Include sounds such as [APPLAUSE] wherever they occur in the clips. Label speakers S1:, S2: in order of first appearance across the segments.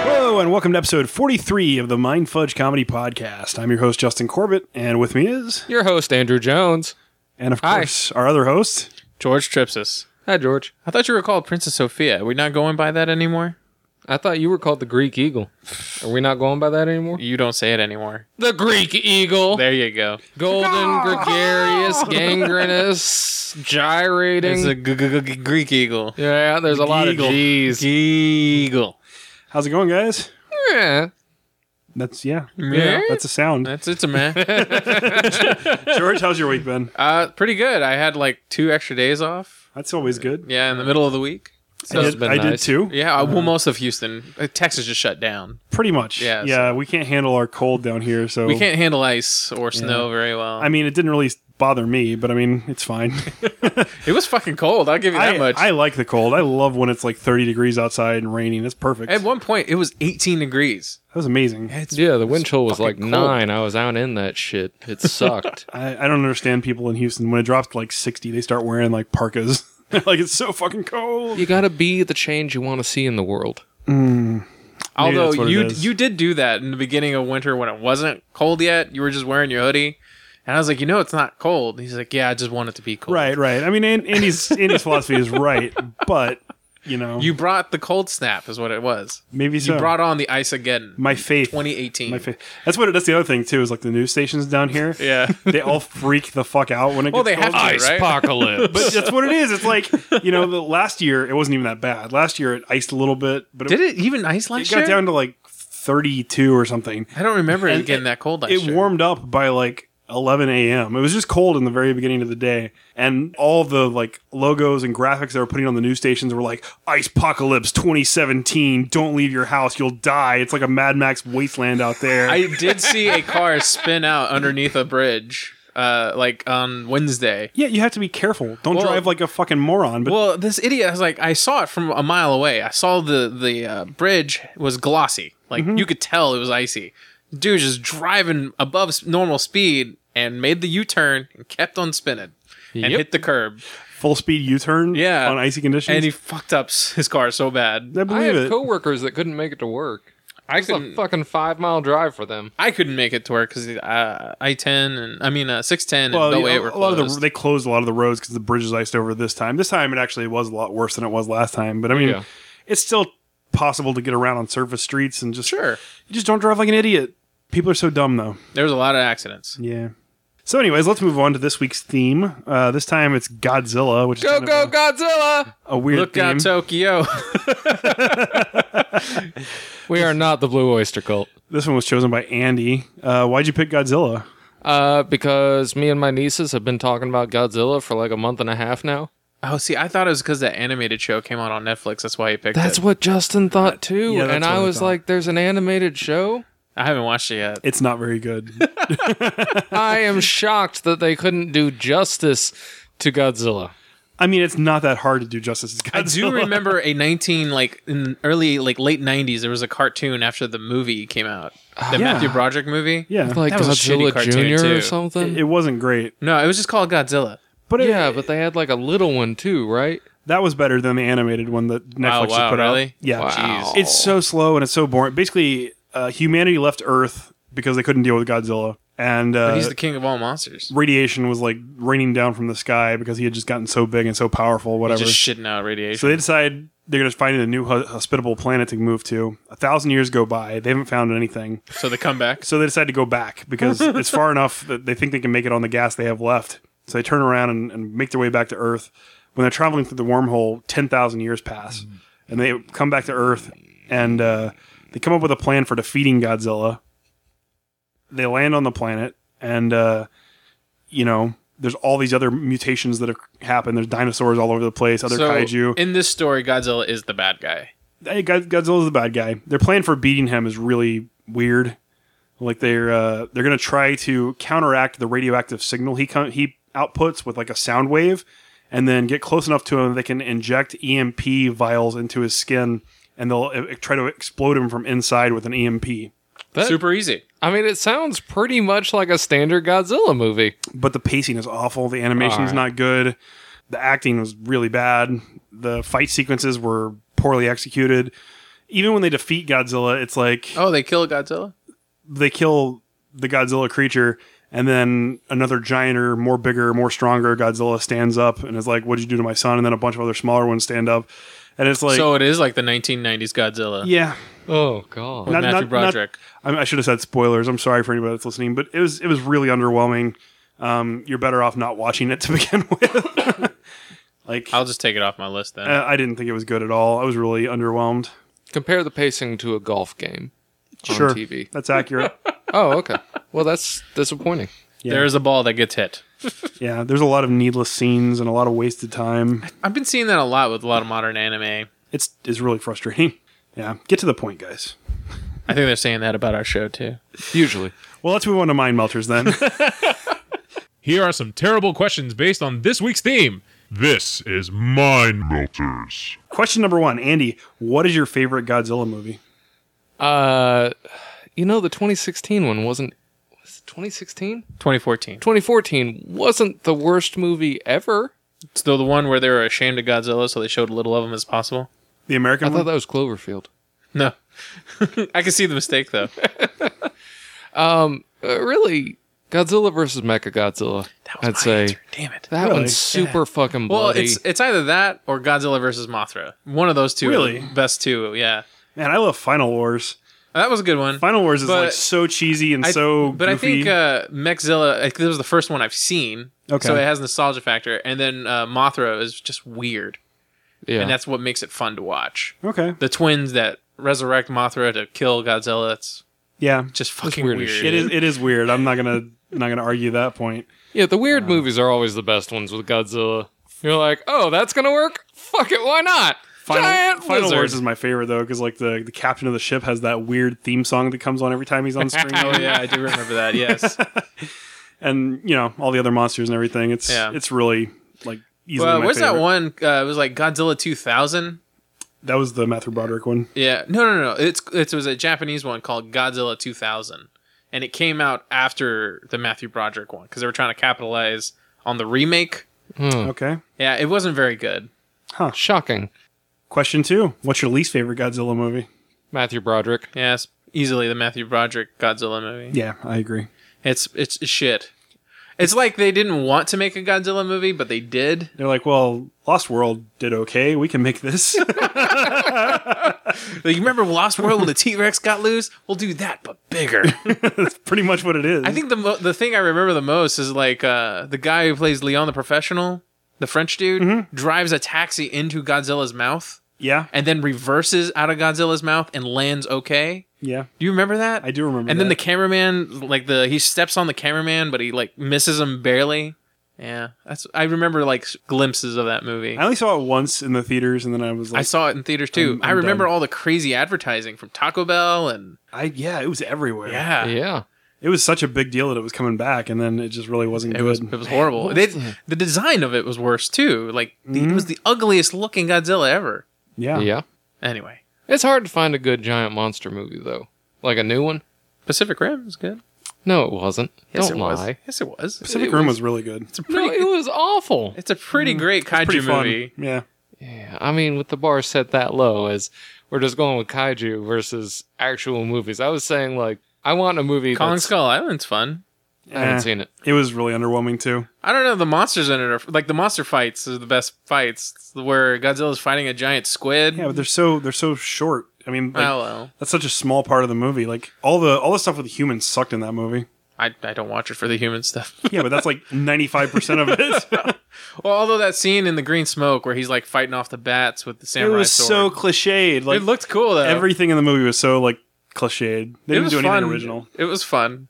S1: Hello, and welcome to episode 43 of the Mind Fudge Comedy Podcast. I'm your host, Justin Corbett, and with me is,
S2: Your host, Andrew Jones.
S1: and of
S2: Hi.
S1: course, our other host.
S3: George Tripsis.
S2: Hi, George.
S3: I thought you were called Princess Sophia. Are we not going by that anymore?
S2: I thought you were called the Greek Eagle. Are we not going by that anymore?
S3: You don't say it anymore.
S2: The Greek Eagle.
S3: There you go.
S2: Golden,
S3: [LAUGHS]
S2: gregarious, gangrenous, gyrating.
S3: It's a g- g- g- Greek eagle.
S2: yeah, there's a lot
S1: Geagle.
S2: of G's.
S3: Eagle.
S1: How's it going, guys?
S2: Yeah.
S1: That's, yeah,
S3: Yeah.
S1: that's a sound.
S3: That's it's a man.
S1: [LAUGHS] George, how's your week been?
S3: [LAUGHS] uh, pretty good. I had like two extra days off.
S1: That's always good.
S3: Yeah, in the middle of the week.
S1: I
S2: So it's
S1: did,
S2: been
S1: I did
S2: nice.
S1: too,
S3: Yeah, uh, well, most of Houston, uh, Texas just shut down.
S1: pretty much.
S3: Yeah,
S1: yeah we can't handle our cold down here, so.
S3: We can't handle ice or snow very well.
S1: I mean, it didn't really bother me, but I mean, it's
S3: [LAUGHS]
S1: fine.
S3: it was fucking cold. I'll give you that
S1: I,
S3: much.
S1: I like the cold. I love when it's like 30 degrees outside and raining. That's perfect.
S3: At one point, it was 18 degrees.
S1: that was amazing.
S2: Yeah, the wind chill was like
S3: fucking cold.
S2: nine. I was out in that shit. [LAUGHS] It sucked.
S1: I, I don't understand people in Houston. When it drops to like 60, they start wearing like parkas. [LAUGHS] like, it's so fucking cold.
S2: you gotta be the change you want to see in the world.
S1: Maybe that's
S3: Although
S1: what it
S3: you
S1: is.
S3: you did do that in the beginning of winter when it wasn't cold yet. You were just wearing your hoodie, and I was like, you know, it's not cold. And he's like, yeah, I just want it to be cold.
S1: Right, right. I mean, An- Andy's Andy's philosophy is right, but you know,
S3: You brought the cold snap, is what it was.
S1: maybe
S3: You
S1: so.
S3: brought on the ice again.
S1: my faith.
S3: 2018.
S1: My faith. That's what. That's the other thing too. Is like the news stations down here.
S3: [LAUGHS] Yeah.
S1: they all freak the fuck out when it.
S3: Well,
S1: gets
S3: they have
S1: cold.
S3: to. Right?
S2: apocalypse.
S3: [LAUGHS]
S1: But [LAUGHS] that's what it is. It's like you know, the last year it wasn't even that bad. Last year it iced a little bit, but it,
S3: Did it even ice
S1: it
S3: last
S1: got
S3: year?
S1: down to like thirty-two or something.
S3: I don't remember it
S1: And
S3: getting that cold last
S1: it
S3: year.
S1: warmed up by like 11 a.m. It was just cold in the very beginning of the day, and all the like logos and graphics they were putting on the news stations were like "Ice Apocalypse 2017. Don't leave your house, you'll die." It's like a Mad Max wasteland out there.
S3: I did see a car spin out underneath a bridge, uh, like on Wednesday.
S1: yeah, you have to be careful. Don't
S3: Well-
S1: drive like a fucking moron. But
S3: Well, this idiot I was like, I saw it from a mile away. I saw the the uh, bridge was glossy, like
S1: Mm-hmm.
S3: you could tell it was icy. Dude just driving above s- normal speed and made the U turn and kept on spinning and
S2: Yep.
S3: hit the curb.
S1: full speed U-turn,
S3: Yeah.
S1: on icy conditions.
S3: And he fucked up s- his car so bad.
S1: I
S2: I
S1: believe
S2: had
S1: it.
S2: coworkers that couldn't make it to work.
S3: I
S2: It's a
S3: couldn't.
S2: fucking five mile drive for them.
S3: I couldn't make it to work because uh, I ten and I mean uh, six ten
S1: Well,
S3: and
S1: yeah,
S3: Beltway
S1: a
S3: were
S1: lot of
S3: closed.
S1: the they closed a lot of the roads because the bridge is iced over this time. This time it actually was a lot worse than it was last time. But I mean,
S2: Yeah.
S1: it's still possible to get around on surface streets and just
S3: sure,
S1: You just don't drive like an idiot. People are so dumb, though.
S3: there was a lot of accidents.
S1: Yeah. So, anyways, let's move on to this week's theme. Uh, this time it's Godzilla, which is
S2: Go
S1: kind
S2: go
S1: of
S2: Godzilla!
S1: a, a weird
S3: Look
S1: theme.
S3: out, Tokyo! [LAUGHS]
S2: We are not the Blue Oyster Cult.
S1: this one was chosen by Andy. Uh, why'd you pick Godzilla?
S2: Uh, because me and my nieces have been talking about Godzilla for like a month and a half now.
S3: oh, see, I thought it was because that animated show came out on Netflix. That's why he picked
S2: That's
S3: it.
S2: what Justin thought too.
S1: Yeah, that's
S2: and
S1: what
S2: I
S1: I
S2: was
S1: thought.
S2: like, there's an animated show?
S3: I haven't watched it yet.
S1: It's not very good.
S3: [LAUGHS]
S2: I [LAUGHS] am shocked that they couldn't do justice to Godzilla.
S1: I mean, it's not that hard to do justice. to
S3: I
S1: Godzilla. [LAUGHS]
S3: do remember a 19 like in early like late 90s there was a cartoon after the movie came out. The
S1: Ah, yeah.
S3: Matthew Broderick movie?
S1: Yeah,
S2: Like
S3: That was a shitty
S2: Godzilla
S3: cartoon,
S2: Jr. or
S3: too.
S2: something.
S1: it wasn't great,
S3: No, it was just called Godzilla.
S1: but it,
S2: yeah, but they had like a little one too, right?
S1: that was better than the animated one that Netflix
S3: wow,
S1: put out.
S3: really?
S1: Yeah,
S2: Wow.
S1: It's so slow and it's so boring. Basically, uh, humanity left Earth because they couldn't deal with Godzilla, and uh,
S3: But he's the king of all monsters.
S1: radiation was like raining down from the sky because he had just gotten so big and so powerful, whatever.
S3: Just shitting out radiation.
S1: so they decide they're going to find a new hu- hospitable planet to move to. A thousand years go by, they haven't found anything.
S3: So the
S1: [LAUGHS]
S3: comeback.
S1: So they decide to go back because it's far enough that they think they can make it on the gas they have left. So they turn around and, and make their way back to Earth. When they're traveling through the wormhole, 10,000 years pass and they come back to Earth and uh, they come up with a plan for defeating Godzilla. They land on the planet and. Uh, you know, there's all these other mutations that have happened. There's dinosaurs all over the place, other
S3: So
S1: kaiju.
S3: in this story Godzilla is the bad guy.
S1: Hey, God, Godzilla's the bad guy. Their plan for beating him is really weird. Like they're uh, they're gonna try to counteract the radioactive signal he co- he outputs with like a sound wave, and then get close enough to him they can inject EMP vials into his skin, and they'll uh, try to explode him from inside with an E EMP.
S2: That-
S3: Super easy.
S2: I mean, it sounds pretty much like a standard Godzilla movie.
S1: but the pacing is awful. The animation's
S2: Alright.
S1: not good. The acting was really bad. The fight sequences were poorly executed. even when they defeat Godzilla, it's like
S3: Oh, they kill Godzilla.
S1: they kill the Godzilla creature, and then another gianter, more bigger, more stronger Godzilla stands up and is like, "What'd you do to my son?" And then a bunch of other smaller ones stand up, and it's like,
S3: so it is like the 1990s Godzilla.
S1: yeah,
S2: Oh god.
S1: Not-
S3: Matthew
S1: not-
S3: Broderick.
S1: I, I should have said spoilers. I'm sorry for anybody that's listening, but it was it was really underwhelming. Um, you're better off not watching it to [LAUGHS] begin with. [LAUGHS] like, I,
S3: I'll just take it off my list then.
S1: I didn't think it was good at all. I was really underwhelmed.
S2: Compare the pacing to a golf game on
S1: Sure,
S2: TV.
S1: that's
S3: [LAUGHS]
S1: accurate.
S2: Oh, okay. Well, that's disappointing.
S1: Yeah.
S3: There is a ball that gets hit.
S1: yeah, there's a lot of needless scenes and a lot of wasted time.
S3: I've been seeing that a lot with a lot of modern anime.
S1: It's it's really frustrating. Yeah, get to the point, guys.
S3: I think they're saying that about our show too.
S2: Usually.
S1: Well, let's move on to mind melters
S3: [LAUGHS]
S1: then.
S4: Here are some terrible questions based on this week's theme. This is Mind Melters.
S1: Question number one, Andy, what is your favorite Godzilla movie?
S2: Uh, you know, the 2016 one wasn't. Was it 2016?
S3: 2014.
S2: 2014 wasn't the worst movie ever.
S3: Still the one where they were ashamed of Godzilla, so they showed as little of him as possible.
S1: The American
S2: I thought
S1: one?
S2: that was Cloverfield.
S3: No, [LAUGHS] I can see the mistake though.
S2: Uh, really, Godzilla versus Mechagodzilla. I'd say
S3: damn it.
S2: that
S1: Really?
S2: one's super fucking
S3: well,
S2: bloody.
S3: it's it's either that or Godzilla versus Mothra. One of those two, are
S1: Really?
S3: the best two. Yeah,
S1: Man, I love Final Wars.
S3: that was a good one.
S1: Final Wars is
S3: But-
S1: like so cheesy and
S3: I-
S1: so
S3: but I think
S1: goofy.
S3: uh, Mechzilla. I think This was the first one I've seen,
S1: Okay.
S3: so it has nostalgia factor. And then uh, Mothra is just weird,
S2: yeah.
S3: and that's what makes it fun to watch.
S1: okay.
S3: The twins that resurrect Mothra to kill Godzilla. It's
S1: Yeah.
S3: just fucking
S2: weird
S3: weird.
S2: as shit.
S1: It is it is weird. I'm not gonna not gonna argue that point.
S2: yeah, the weird movies are always the best ones with Godzilla. You're like, oh, that's gonna work? Fuck it, why not?
S1: Final,
S2: Giant
S1: Final
S2: lizard.
S1: Wars is my favorite though, because like the, the captain of the ship has that weird theme song that comes on every time he's on
S3: [LAUGHS]
S1: screen,
S3: Oh yeah, I do remember
S1: [LAUGHS]
S3: that. Yes.
S1: and you know all the other monsters and everything. It's
S3: Yeah.
S1: it's really like easily.
S3: well,
S1: my
S3: what's that
S1: favorite.
S3: one? Uh, it was like Godzilla 2000.
S1: That was the Matthew Broderick one.
S3: Yeah, no, no, no. It's it was a Japanese one called Godzilla 2000, and it came out after the Matthew Broderick one because they were trying to capitalize on the remake.
S1: Okay.
S3: Yeah, it wasn't very good.
S2: Shocking.
S1: Question two: What's your least favorite Godzilla movie?
S2: Matthew Broderick.
S3: Yeah, it's easily the Matthew Broderick Godzilla movie.
S1: Yeah, I agree.
S3: It's it's shit. It's like they didn't want to make a Godzilla movie, but they did.
S1: They're like, well, Lost World did okay. We can make
S3: [LAUGHS]
S1: this.
S3: Like, you remember Lost World when the T Rex got loose? We'll do that, but bigger.
S1: That's pretty much what it is.
S3: I think the mo- the thing I remember the most is like uh, the guy who plays Leon the Professional, the French dude,
S1: Mm-hmm.
S3: drives a taxi into Godzilla's mouth.
S1: Yeah,
S3: and then reverses out of Godzilla's mouth and lands okay.
S1: yeah.
S3: Do you remember that?
S1: I do remember.
S3: And then the
S1: that.
S3: cameraman, like the he steps on the cameraman, but he like misses him barely. Yeah, that's I remember like glimpses of that movie.
S1: I only saw it once in the theaters, and then I was
S3: I
S1: like,
S3: saw it in theaters too.
S1: I'm-
S3: i
S1: I'm
S3: remember
S1: done.
S3: all the crazy advertising from Taco Bell and
S1: I, yeah, it was everywhere.
S3: yeah,
S2: Yeah.
S1: it was such a big deal that it was coming back, and then it just really wasn't
S3: it
S1: good.
S3: was it was horrible. They, the design of it was worse too. Like the- it was
S1: Mm-hmm.
S3: the ugliest looking Godzilla ever.
S1: yeah,
S2: Yeah.
S3: Anyway,
S2: It's hard to find a good giant monster movie though. Like a new one?
S3: Pacific Rim was good.
S2: No, it wasn't.
S3: Yes,
S2: Don't
S3: it
S2: lie.
S3: was. Yes, it was.
S1: Pacific
S3: It
S1: Rim
S3: was-
S1: was really good. It's
S2: No,
S3: pretty-
S2: it was awful.
S3: It's a pretty great kaiju movie.
S1: fun. Yeah,
S2: Yeah, I mean, with the bar set that low, as we're just going with kaiju versus actual movies. I was saying like, I want a movie.
S3: Kong
S2: that's-
S3: Skull Island's fun.
S2: I haven't
S1: Eh.
S2: seen it.
S1: it was really underwhelming too.
S3: I don't know. The monsters in it are like the monster fights are the best fights It's where Godzilla's fighting a giant squid.
S1: Yeah, but they're so they're so short. I mean, like,
S3: oh well,
S1: that's such a small part of the movie. Like all the all the stuff with the humans sucked in that movie.
S3: I, I don't watch it for the human stuff. [LAUGHS]
S1: Yeah, but that's like ninety five percent of it.
S3: well, although that scene in the green smoke where he's like fighting off the bats with the
S1: it
S3: samurai
S1: was so
S3: sword,
S1: cliched. Like
S3: it looked cool though.
S1: everything in the movie was so like cliched. They
S3: it
S1: didn't
S3: was
S1: do anything
S3: fun.
S1: original.
S3: It was fun.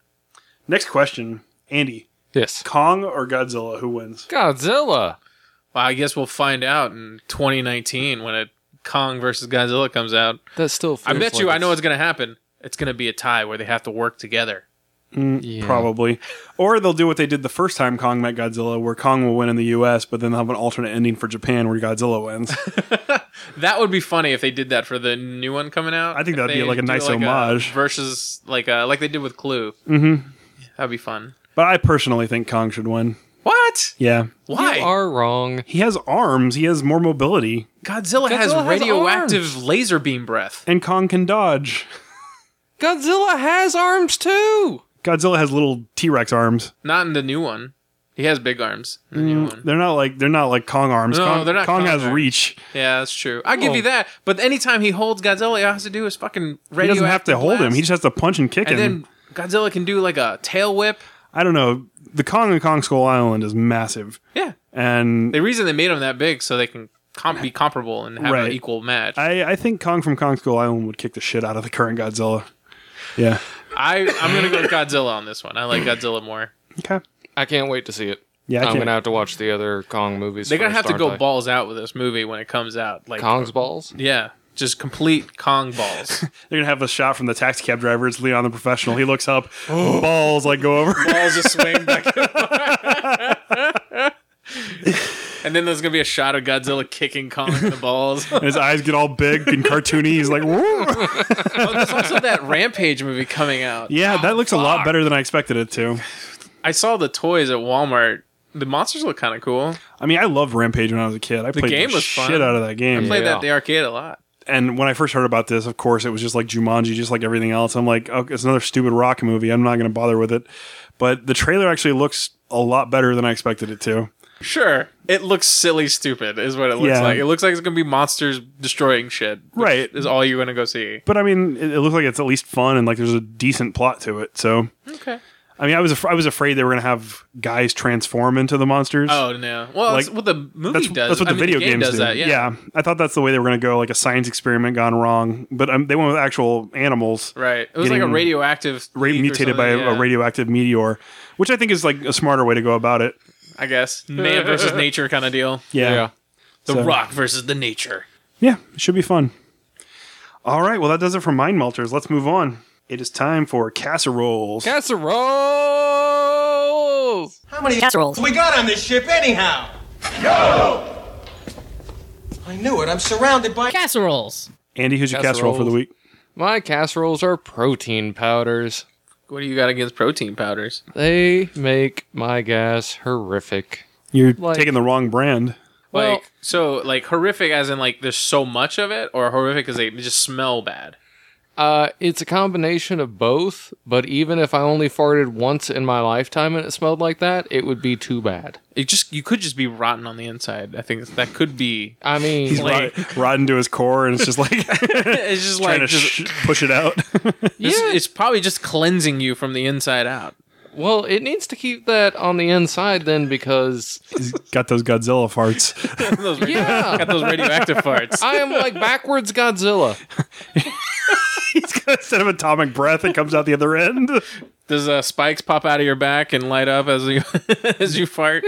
S1: Next question, Andy:
S2: Yes,
S1: Kong or Godzilla? Who wins?
S2: Godzilla.
S3: Well, I guess we'll find out in 2019 when a Kong versus Godzilla comes out.
S2: That still.
S3: I
S2: feels
S3: bet
S2: like
S3: you. I know what's gonna happen. It's gonna be a tie where they have to work together.
S2: yeah.
S1: Probably, or they'll do what they did the first time Kong met Godzilla, where Kong will win in the U.S., but then they'll have an alternate ending for Japan where Godzilla wins.
S3: That would be funny if they did that for the new one coming out.
S1: I think
S3: If
S1: that'd be
S3: they
S1: like a
S3: do,
S1: nice homage.
S3: versus like uh like they did with Clue. Mm-hmm. That'd be fun.
S1: but I personally think Kong should win.
S3: What?
S1: Yeah.
S3: Why?
S2: You are wrong.
S1: He has arms. He has more mobility.
S3: Godzilla, has
S2: Godzilla has
S3: radioactive
S2: arms.
S3: laser beam breath.
S1: And Kong can dodge.
S2: Godzilla has arms too.
S1: Godzilla has little T Rex arms.
S3: Not in the new one. He has big arms. in The new one.
S1: They're not like they're not like Kong arms.
S3: No,
S1: Kong,
S3: they're not
S1: Kong
S3: Kong
S1: has
S3: arms.
S1: reach.
S3: Yeah, that's true. I give
S2: Oh.
S3: you that. But anytime he holds Godzilla, all he has to do is fucking
S1: He
S3: radioactive.
S1: doesn't have to hold him.
S3: blast.
S1: He just has to punch and kick
S3: and
S1: him.
S3: then Godzilla can do like a tail whip.
S1: I don't know. The Kong and Kong Skull Island is massive,
S3: Yeah.
S1: and
S3: The reason they made him that big so they can com- be comparable and have
S1: Right.
S3: an equal match. I,
S1: I, I think Kong from Kong Skull Island would kick the shit out of the current Godzilla. Yeah.
S3: I'm gonna go with Godzilla on this one. I like Godzilla more.
S1: Okay.
S2: I can't wait to see it.
S1: Yeah, I
S2: I'm
S1: can't-
S2: gonna have to watch the other Kong movies.
S3: They're gonna
S2: first,
S3: have to
S2: aren't
S3: go
S2: they?
S3: balls out with this movie when it comes out. Like
S2: Kong's balls.
S3: yeah, just complete Kong balls.
S1: They're gonna have a shot from the taxi cab driver. It's Leon the professional. He looks up, balls like go over.
S3: [LAUGHS]
S1: [LAUGHS]
S3: balls just swing back. and forth. [LAUGHS] And then there's gonna be a shot of Godzilla kicking Kong in the balls. [LAUGHS]
S1: and his eyes get all big and cartoony. He's like, "Whoa."
S3: Oh, there's also that Rampage movie coming out.
S1: yeah, that looks a lot better than I expected it to.
S3: I saw the toys at Walmart. The monsters look kind of cool.
S1: I mean, I loved Rampage when I was a kid. I played
S3: game
S1: the
S3: was
S1: shit
S3: fun.
S1: out of that game.
S3: I played that
S2: Yeah.
S3: at the arcade a lot.
S1: and when I first heard about this, of course, it was just like Jumanji, just like everything else. I'm like, oh, it's another stupid rock movie. I'm not going to bother with it. But the trailer actually looks a lot better than I expected it to.
S3: Sure, it looks silly, stupid is what it looks
S1: Yeah.
S3: like. It looks like it's gonna be monsters destroying shit. which
S1: Right.
S3: is all you're gonna go see.
S1: But I mean, it, it looks like it's at least fun and like there's a decent plot to it. So,
S3: Okay.
S1: I mean, I was af- I was afraid they were going to have guys transform into the monsters.
S3: Oh no. Well,
S1: Like,
S3: that's what the movie
S1: That's,
S3: does.
S1: that's what the
S3: I mean,
S1: video
S3: game
S1: games
S3: does.
S1: do.
S3: That, yeah.
S1: I thought that's the way they were going to go, like a science experiment gone wrong. But um, they went with actual animals.
S3: Right. It was like
S1: Getting
S3: a radioactive,
S1: ra-
S3: leak or
S1: mutated by a,
S3: something,
S1: a
S3: yeah,
S1: radioactive meteor, which I think is like a smarter way to go about it.
S3: I guess [LAUGHS] man versus nature kind of deal.
S1: Yeah. Yeah.
S3: The
S1: So-
S3: rock versus the nature.
S1: it should be fun. All right. Well, that does it for Mind Melters. Let's move on. It is time for casseroles.
S2: Casseroles.
S5: How many casseroles
S6: we got on this ship anyhow? Yo! I knew it. I'm surrounded by.
S7: Casseroles.
S1: Andy, who's your casserole for the
S2: Casseroles.
S1: week?
S2: My casseroles are protein powders.
S3: What do you got against protein powders?
S2: They make my gas horrific.
S1: You're
S2: Like-
S1: taking the wrong brand.
S2: Well-
S3: like so, like horrific as in like there's so much of it, or horrific as they just smell bad.
S2: Uh, it's a combination of both, but even if I only farted once in my lifetime and it smelled like that, it would be too bad.
S3: It just you could just be rotten on the inside. I think that could be.
S2: I mean,
S1: He's
S2: like,
S1: rot, rotten to his core, and it's just like [LAUGHS]
S3: [LAUGHS] It's just
S1: trying
S3: like
S1: to
S3: just,
S1: sh- push it out.
S3: it's, it's probably just cleansing you from the inside out. [LAUGHS]
S2: well, it needs to keep that on the inside then [LAUGHS] because
S1: He's [LAUGHS] got those Godzilla [LAUGHS] farts.
S3: those radio-
S2: Yeah.
S3: [LAUGHS] got those radioactive farts.
S2: I am like backwards Godzilla.
S1: Instead of atomic breath, it comes out the other end.
S3: Does uh, spikes pop out of your back and light up as you [LAUGHS] as you fart?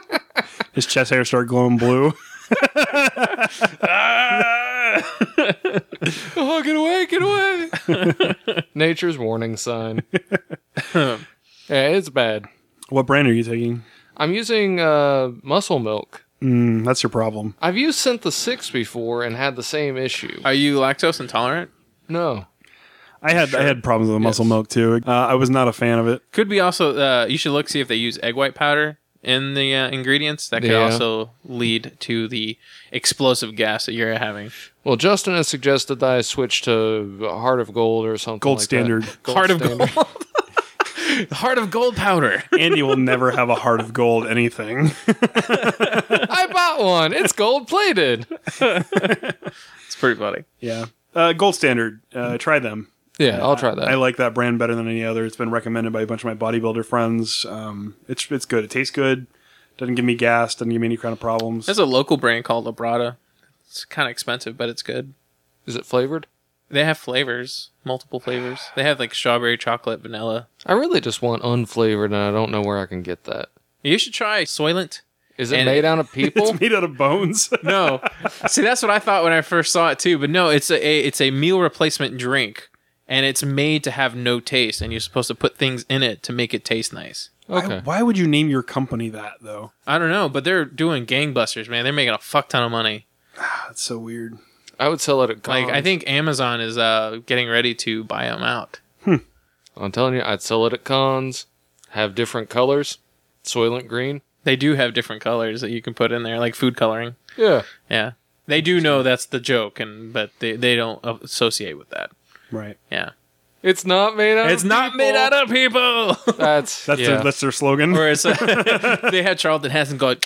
S1: [LAUGHS] His chest hair start glowing blue.
S2: Oh, get away, get away. [LAUGHS] Nature's warning [LAUGHS] sign. yeah, it's bad.
S1: [LAUGHS] What brand are you taking?
S2: I'm using uh, muscle milk.
S1: Mm, that's your problem.
S2: I've used Syntha 6 before and had the same issue.
S3: Are you lactose intolerant?
S2: No.
S1: I had I had problems with the muscle milk too. Uh, I was not a fan of it.
S3: Could be also. Uh, you should look see if they use egg white powder in the uh, ingredients. That could
S2: Yeah.
S3: also lead to the explosive gas that you're having.
S2: Well, Justin has suggested that I switch to Heart of Gold or something.
S1: Gold
S2: like that.
S1: standard.
S3: Heart of
S2: standard.
S3: gold. Heart of gold [LAUGHS] powder.
S1: Andy will never have a heart of gold anything.
S2: [LAUGHS] I bought one. It's gold plated.
S3: It's pretty funny.
S1: Yeah. Uh, gold standard. Uh, try them.
S2: Yeah, I'll try
S1: I
S2: that.
S1: like that brand better than any other. It's been recommended by a bunch of my bodybuilder friends. Um, it's it's good. It tastes good. Doesn't give me gas. Doesn't give me any kind of problems.
S3: There's a local brand called Labrada. It's kind of expensive, but it's good.
S2: Is it flavored?
S3: They have flavors, multiple flavors. They have like strawberry, chocolate, vanilla.
S2: I really just want unflavored, and I don't know where I can get that.
S3: You should try Soylent.
S2: Is it
S3: And-
S2: made
S3: [LAUGHS]
S2: out of people?
S1: It's [LAUGHS] made out of bones. [LAUGHS]
S3: No, [LAUGHS] see that's what I thought when I first saw it too. But no, it's a, a it's a meal replacement drink, and it's made to have no taste, and you're supposed to put things in it to make it taste nice.
S1: Why,
S2: Okay.
S1: why would you name your company that though?
S3: I don't know, but they're doing gangbusters, man. They're making a fuck ton of money.
S1: That's so weird.
S2: I would sell it at
S3: Like
S2: Cons.
S3: I think Amazon is uh getting ready to buy them out.
S2: I'm telling you, I'd sell it at cons. Have different colors. Soylent Green.
S3: They do have different colors that you can put in there, like food coloring.
S2: Yeah.
S3: Yeah, they do know that's the joke, and but they they don't associate with that.
S1: Right.
S3: Yeah,
S2: It's not made out
S3: it's not made out of people.
S2: That's,
S1: That's
S2: yeah.
S1: their, that's their slogan.
S3: [LAUGHS] Or it's [LAUGHS] they had Charlton Heston going,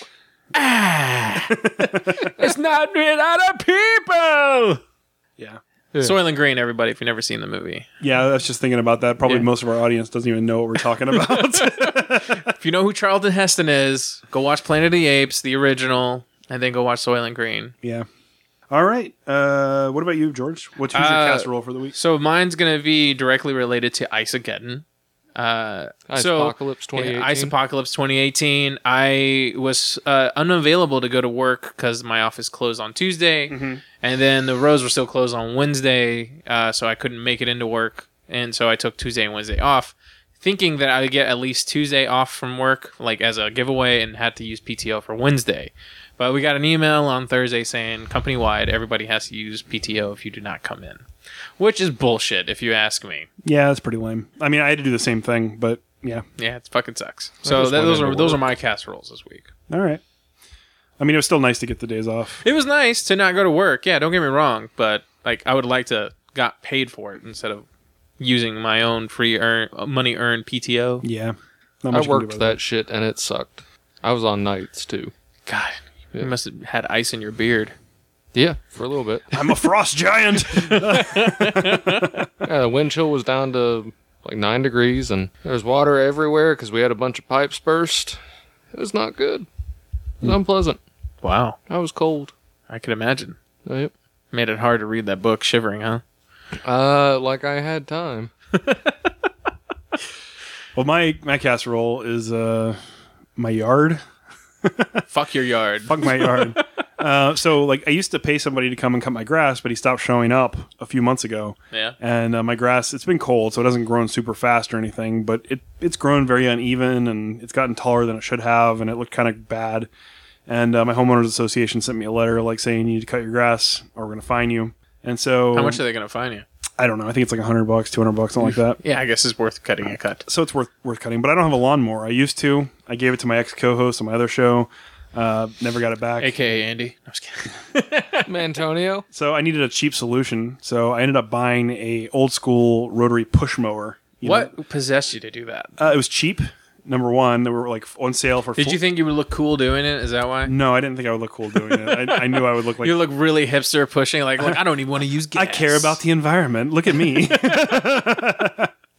S3: ah, it's not made out of people.
S1: Yeah.
S2: Yeah.
S3: Soylent Green, everybody, if you've never seen the movie,
S1: Yeah, I was just thinking about that. Probably
S3: Yeah.
S1: most of our audience doesn't even know what we're talking
S2: [LAUGHS]
S1: about.
S3: if you know who Charlton Heston is, go watch Planet of the Apes, the original, and then go watch Soylent Green.
S1: yeah. All right. Uh, what about you, George? What's who's your
S3: Uh,
S1: casserole for the week?
S3: So mine's gonna be directly related to Isageddon. Uh, so
S2: Icepocalypse
S3: Yeah,
S2: 2018.
S3: Ice Apocalypse 2018. I was uh, unavailable to go to work because my office closed on Tuesday, and then the rows were still closed on Wednesday, uh, so I couldn't make it into work, and so I took Tuesday and Wednesday off, thinking that I would get at least Tuesday off from work, like as a giveaway, and had to use PTO for Wednesday. But we got an email on Thursday saying company wide everybody has to use PTO if you do not come in, which is bullshit if you ask me.
S1: Yeah, that's pretty lame. I mean, I had to do the same thing, but yeah.
S3: Yeah, it fucking sucks. So
S2: just
S3: that,
S2: went
S3: those
S2: into
S3: are those are
S2: work.
S3: my casseroles this week.
S1: All right. I mean, it was still nice to get the days off.
S3: It was nice to not go to work. Yeah, don't get me wrong, but like I would like to got paid for it instead of using my own free earn money earned PTO.
S1: Yeah. Not
S2: I
S1: much you can do
S2: worked
S1: about
S2: that shit and it sucked. I was on nights too.
S3: God,
S2: Yeah.
S3: you must have had ice in your beard.
S2: Yeah, for a
S1: [LAUGHS]
S2: little bit.
S1: I'm a frost giant.
S2: Yeah, the wind chill was down to like nine degrees, and there was water everywhere because we had a bunch of pipes burst. It was not good. It
S1: Hmm.
S2: was unpleasant.
S3: Wow,
S2: I was cold.
S3: I could imagine.
S2: Yep.
S3: Made it hard to read that book shivering, huh?
S2: Uh, like I
S1: [LAUGHS]
S2: had time.
S1: [LAUGHS] well, my my casserole is uh my yard.
S3: Fuck your yard.
S1: Fuck my yard. [LAUGHS] uh, so like I used to pay somebody to come and cut my grass, but he stopped showing up a few months ago.
S3: Yeah.
S1: And uh, my grass, it's been cold, so it hasn't grown super fast or anything, but it it's grown very uneven and it's gotten taller than it should have, and it looked kind of bad. And uh, my homeowners association sent me a letter like saying you need to cut your grass or we're gonna fine you. And so
S3: How much are they gonna fine you?
S1: I don't know. I think it's like hundred bucks, two hundred bucks, something like
S3: [LAUGHS]
S1: that.
S3: Yeah, I guess it's worth cutting a cut.
S1: so it's worth worth cutting. But I don't have a lawnmower. I used to. I gave it to my ex co-host on my other show. Uh, never got it back.
S3: AKA Andy. I was kidding.
S2: Antonio.
S1: so I needed a cheap solution. So I ended up buying a old school rotary push mower. you know.
S3: What possessed you to do that?
S1: Uh, it was cheap. Number one, they were like on sale for.
S3: Did
S1: fo-
S3: you think you would look cool doing it? Is that why?
S1: No, I didn't think I would look cool doing it. I, I knew I would look like.
S3: [LAUGHS] You look really hipster pushing, like, like I don't even want to use gas.
S1: [LAUGHS] I care about the environment. Look at me.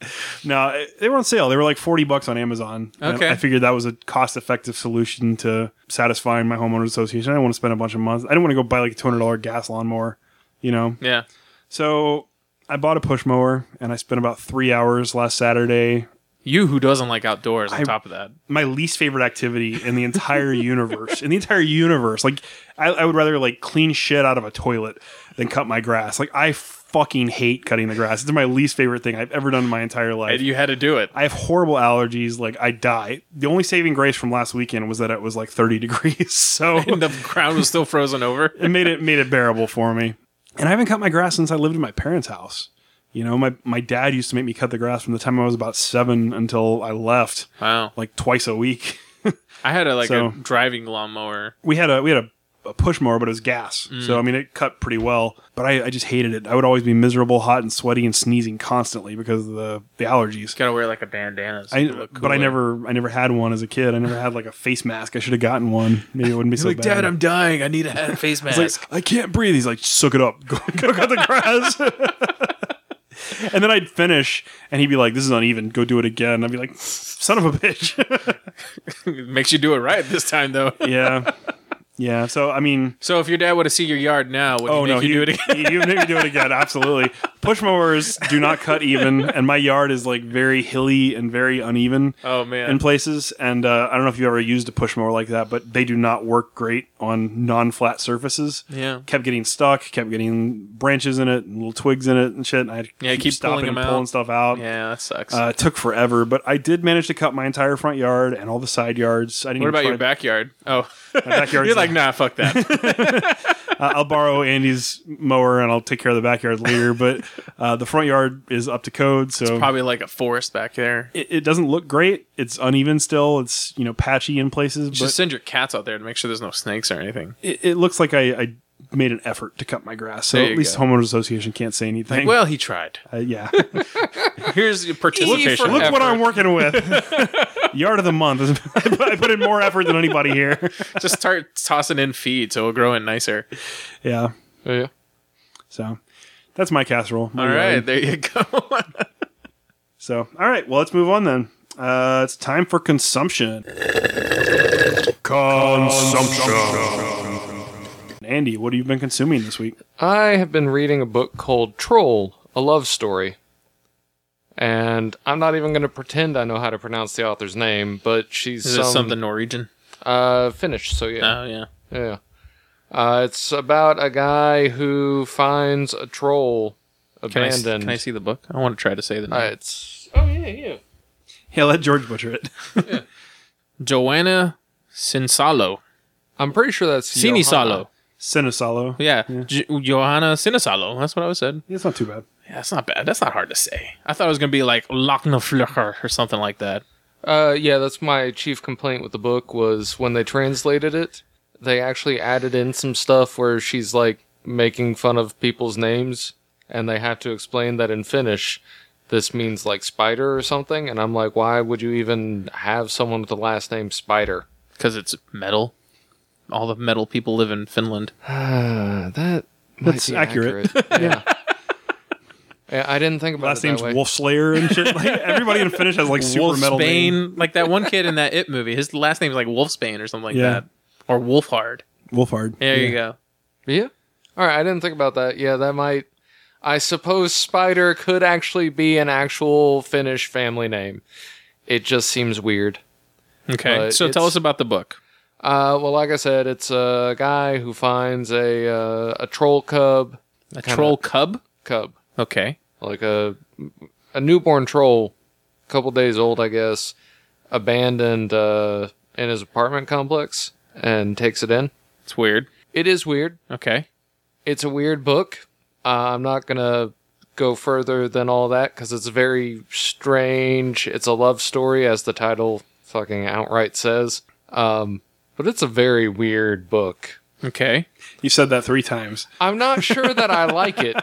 S1: [LAUGHS] no, it- they were on sale. They were like 40 bucks on Amazon. And
S3: Okay.
S1: I figured that was a cost effective solution to satisfying my homeowners association. I didn't want to spend a bunch of months. I didn't want to go buy like a $200 gas lawnmower, you know?
S3: Yeah.
S1: So I bought a push mower and I spent about three hours last Saturday.
S3: You who doesn't like outdoors on
S1: I-
S3: top of that.
S1: My least favorite activity in the entire universe. In the entire universe. Like, I, I would rather like clean shit out of a toilet than cut my grass. Like, I fucking hate cutting the grass. It's my least favorite thing I've ever done in my entire life.
S3: And you had
S1: [LAUGHS]
S3: to do it.
S1: I have horrible allergies. Like I die. The only saving grace from last weekend was that it was like 30 degrees, [LAUGHS] so
S3: And the ground was still frozen over.
S1: it made it made it bearable for me. And I haven't cut my grass since I lived in my parents' house. You know, my my dad used to make me cut the grass from the time I was about seven until I left,
S3: Wow.
S1: like twice a week. [LAUGHS]
S3: I had a like
S1: So-
S3: a driving lawnmower.
S1: we had a we had a, a push mower, but it was gas.
S3: Mm.
S1: So I mean, it cut pretty well. But I, I just hated it. I would always be miserable, hot and sweaty, and sneezing constantly because of the the allergies.
S3: Gotta wear like a bandana. so
S1: I,
S3: you look
S1: but I
S3: cooler.
S1: never, I never had one as a kid. I never had like a face mask. I should have gotten one. Maybe it wouldn't be so
S3: like,
S1: bad.
S3: Dad, I'm dying. I need a head face mask. [LAUGHS]
S1: It's like, [LAUGHS] I can't breathe. He's like, suck it up. [LAUGHS] Go, go cut the grass. [LAUGHS] and then I'd finish, and he'd be like, this is uneven. Go do it again. I'd be like, son of a bitch.
S3: Makes you do it right this time though.
S1: [LAUGHS] yeah, yeah. So I mean,
S3: so if your dad would have seen your yard now, would
S1: oh
S3: he make
S1: no,
S3: you
S1: he- [LAUGHS]
S3: do it again?
S1: he- he'd make me do it again. Absolutely. Push mowers do not cut even, and my yard is like very hilly and very uneven.
S3: Oh man.
S1: in places. And uh, I don't know if you ever used a push mower like that, but they do not work great on non-flat surfaces.
S3: Yeah.
S1: kept getting stuck, kept getting branches in it and little twigs in it and shit. And I
S3: Yeah, keep pulling
S1: stopping
S3: them
S1: and
S3: out.
S1: pulling stuff out.
S3: yeah, that sucks.
S1: Uh, it took forever, but I did manage to cut my entire front yard and all the side yards. I didn't.
S3: what
S1: even
S3: about
S1: try-
S3: your backyard? Oh,
S1: My backyard's
S3: [LAUGHS] you're like,
S1: [LAUGHS]
S3: nah, fuck that. [LAUGHS]
S1: uh, I'll borrow Andy's mower and I'll take care of the backyard later. But Uh, the front yard is up to code, so
S3: Probably like a forest back there.
S1: it, it doesn't look great. It's uneven still. It's you know patchy in places,
S3: You
S1: but
S3: should send your cats out there to make sure there's no snakes or anything.
S1: it, it looks like I, I made an effort to cut my grass. So
S3: There
S1: at
S3: you
S1: least
S3: go.
S1: homeowners association can't say anything.
S3: Well, he tried.
S1: Uh,
S3: [LAUGHS]
S1: yeah.
S3: Here's your participation.
S1: Look what
S2: effort.
S1: I'm working
S3: [LAUGHS]
S1: with. Yard of the month. is- [LAUGHS] I put in more effort than anybody here.
S3: Just start tossing in feed so it'll grow in nicer.
S1: Yeah.
S2: Oh, Yeah.
S1: So that's my casserole. my
S3: All right,
S1: yard.
S3: there you go.
S1: So all right. Well, let's move on then. Uh, it's time for consumption. Consumption. Andy, what have you been consuming this week?
S2: I have been reading a book called Troll, a Love Story. And I'm not even going to pretend I know how to pronounce the author's name, but she's
S3: Is
S2: some,
S3: this something Norwegian?
S2: uh, Finnish, so yeah.
S3: Oh yeah.
S2: Yeah. Uh, it's about a guy who finds a troll
S3: Can I, s-
S2: abandoned.
S3: can I see the book? I want to try to say the name.
S2: Uh, it's oh yeah yeah.
S1: Yeah, let George butcher it.
S3: Joanna Sinsalo.
S2: I'm pretty sure that's Johanna.
S3: Sinisalo.
S1: Cinesalo.
S3: Yeah. J- Johanna Sinisalo. That's what I said.
S1: It's not too bad.
S3: Yeah, that's not bad. That's not hard to say. I thought it was going to be like Lachnaflöcher or something like that.
S2: Uh, yeah, that's my chief complaint with the book was when they translated it, they actually added in some stuff where she's like making fun of people's names, and they have to explain that in Finnish, this means like spider or something, and I'm like, why would you even have someone with the last name Spider?
S3: Because it's metal. All the metal people live in Finland.
S2: Uh, that might
S1: That's
S2: be
S1: accurate. [LAUGHS]
S2: accurate. yeah. Yeah, I didn't think about
S1: Last
S2: it that
S1: name's
S2: way.
S1: Wolf Slayer and shit. Like, everybody in Finnish has like super metal name.
S3: Wolfsbane. Like that one kid in that It movie. His last name is like Wolfsbane or something like
S1: Yeah.
S3: that. Or Wolfhard.
S1: Wolfhard.
S3: There you go.
S2: Yeah. All right. I didn't think about that. Yeah, that might. I suppose Spider could actually be an actual Finnish family name. It just seems weird.
S3: Okay.
S2: But
S3: so tell
S2: it's-
S3: us about the book.
S2: Uh, well, like I said, it's a guy who finds a uh, a troll cub
S3: A troll cub?
S2: cub
S3: Okay.
S2: like a a newborn troll, a couple days old, I guess, abandoned uh, in his apartment complex and takes it in.
S3: It's weird.
S2: It is weird.
S3: Okay.
S2: it's a weird book. Uh, I'm not gonna go further than all that because it's very strange. It's a love story, as the title fucking outright says. Um, but it's a very weird book.
S3: Okay.
S1: You said that three times.
S2: I'm not sure that
S3: [LAUGHS]
S2: I like it.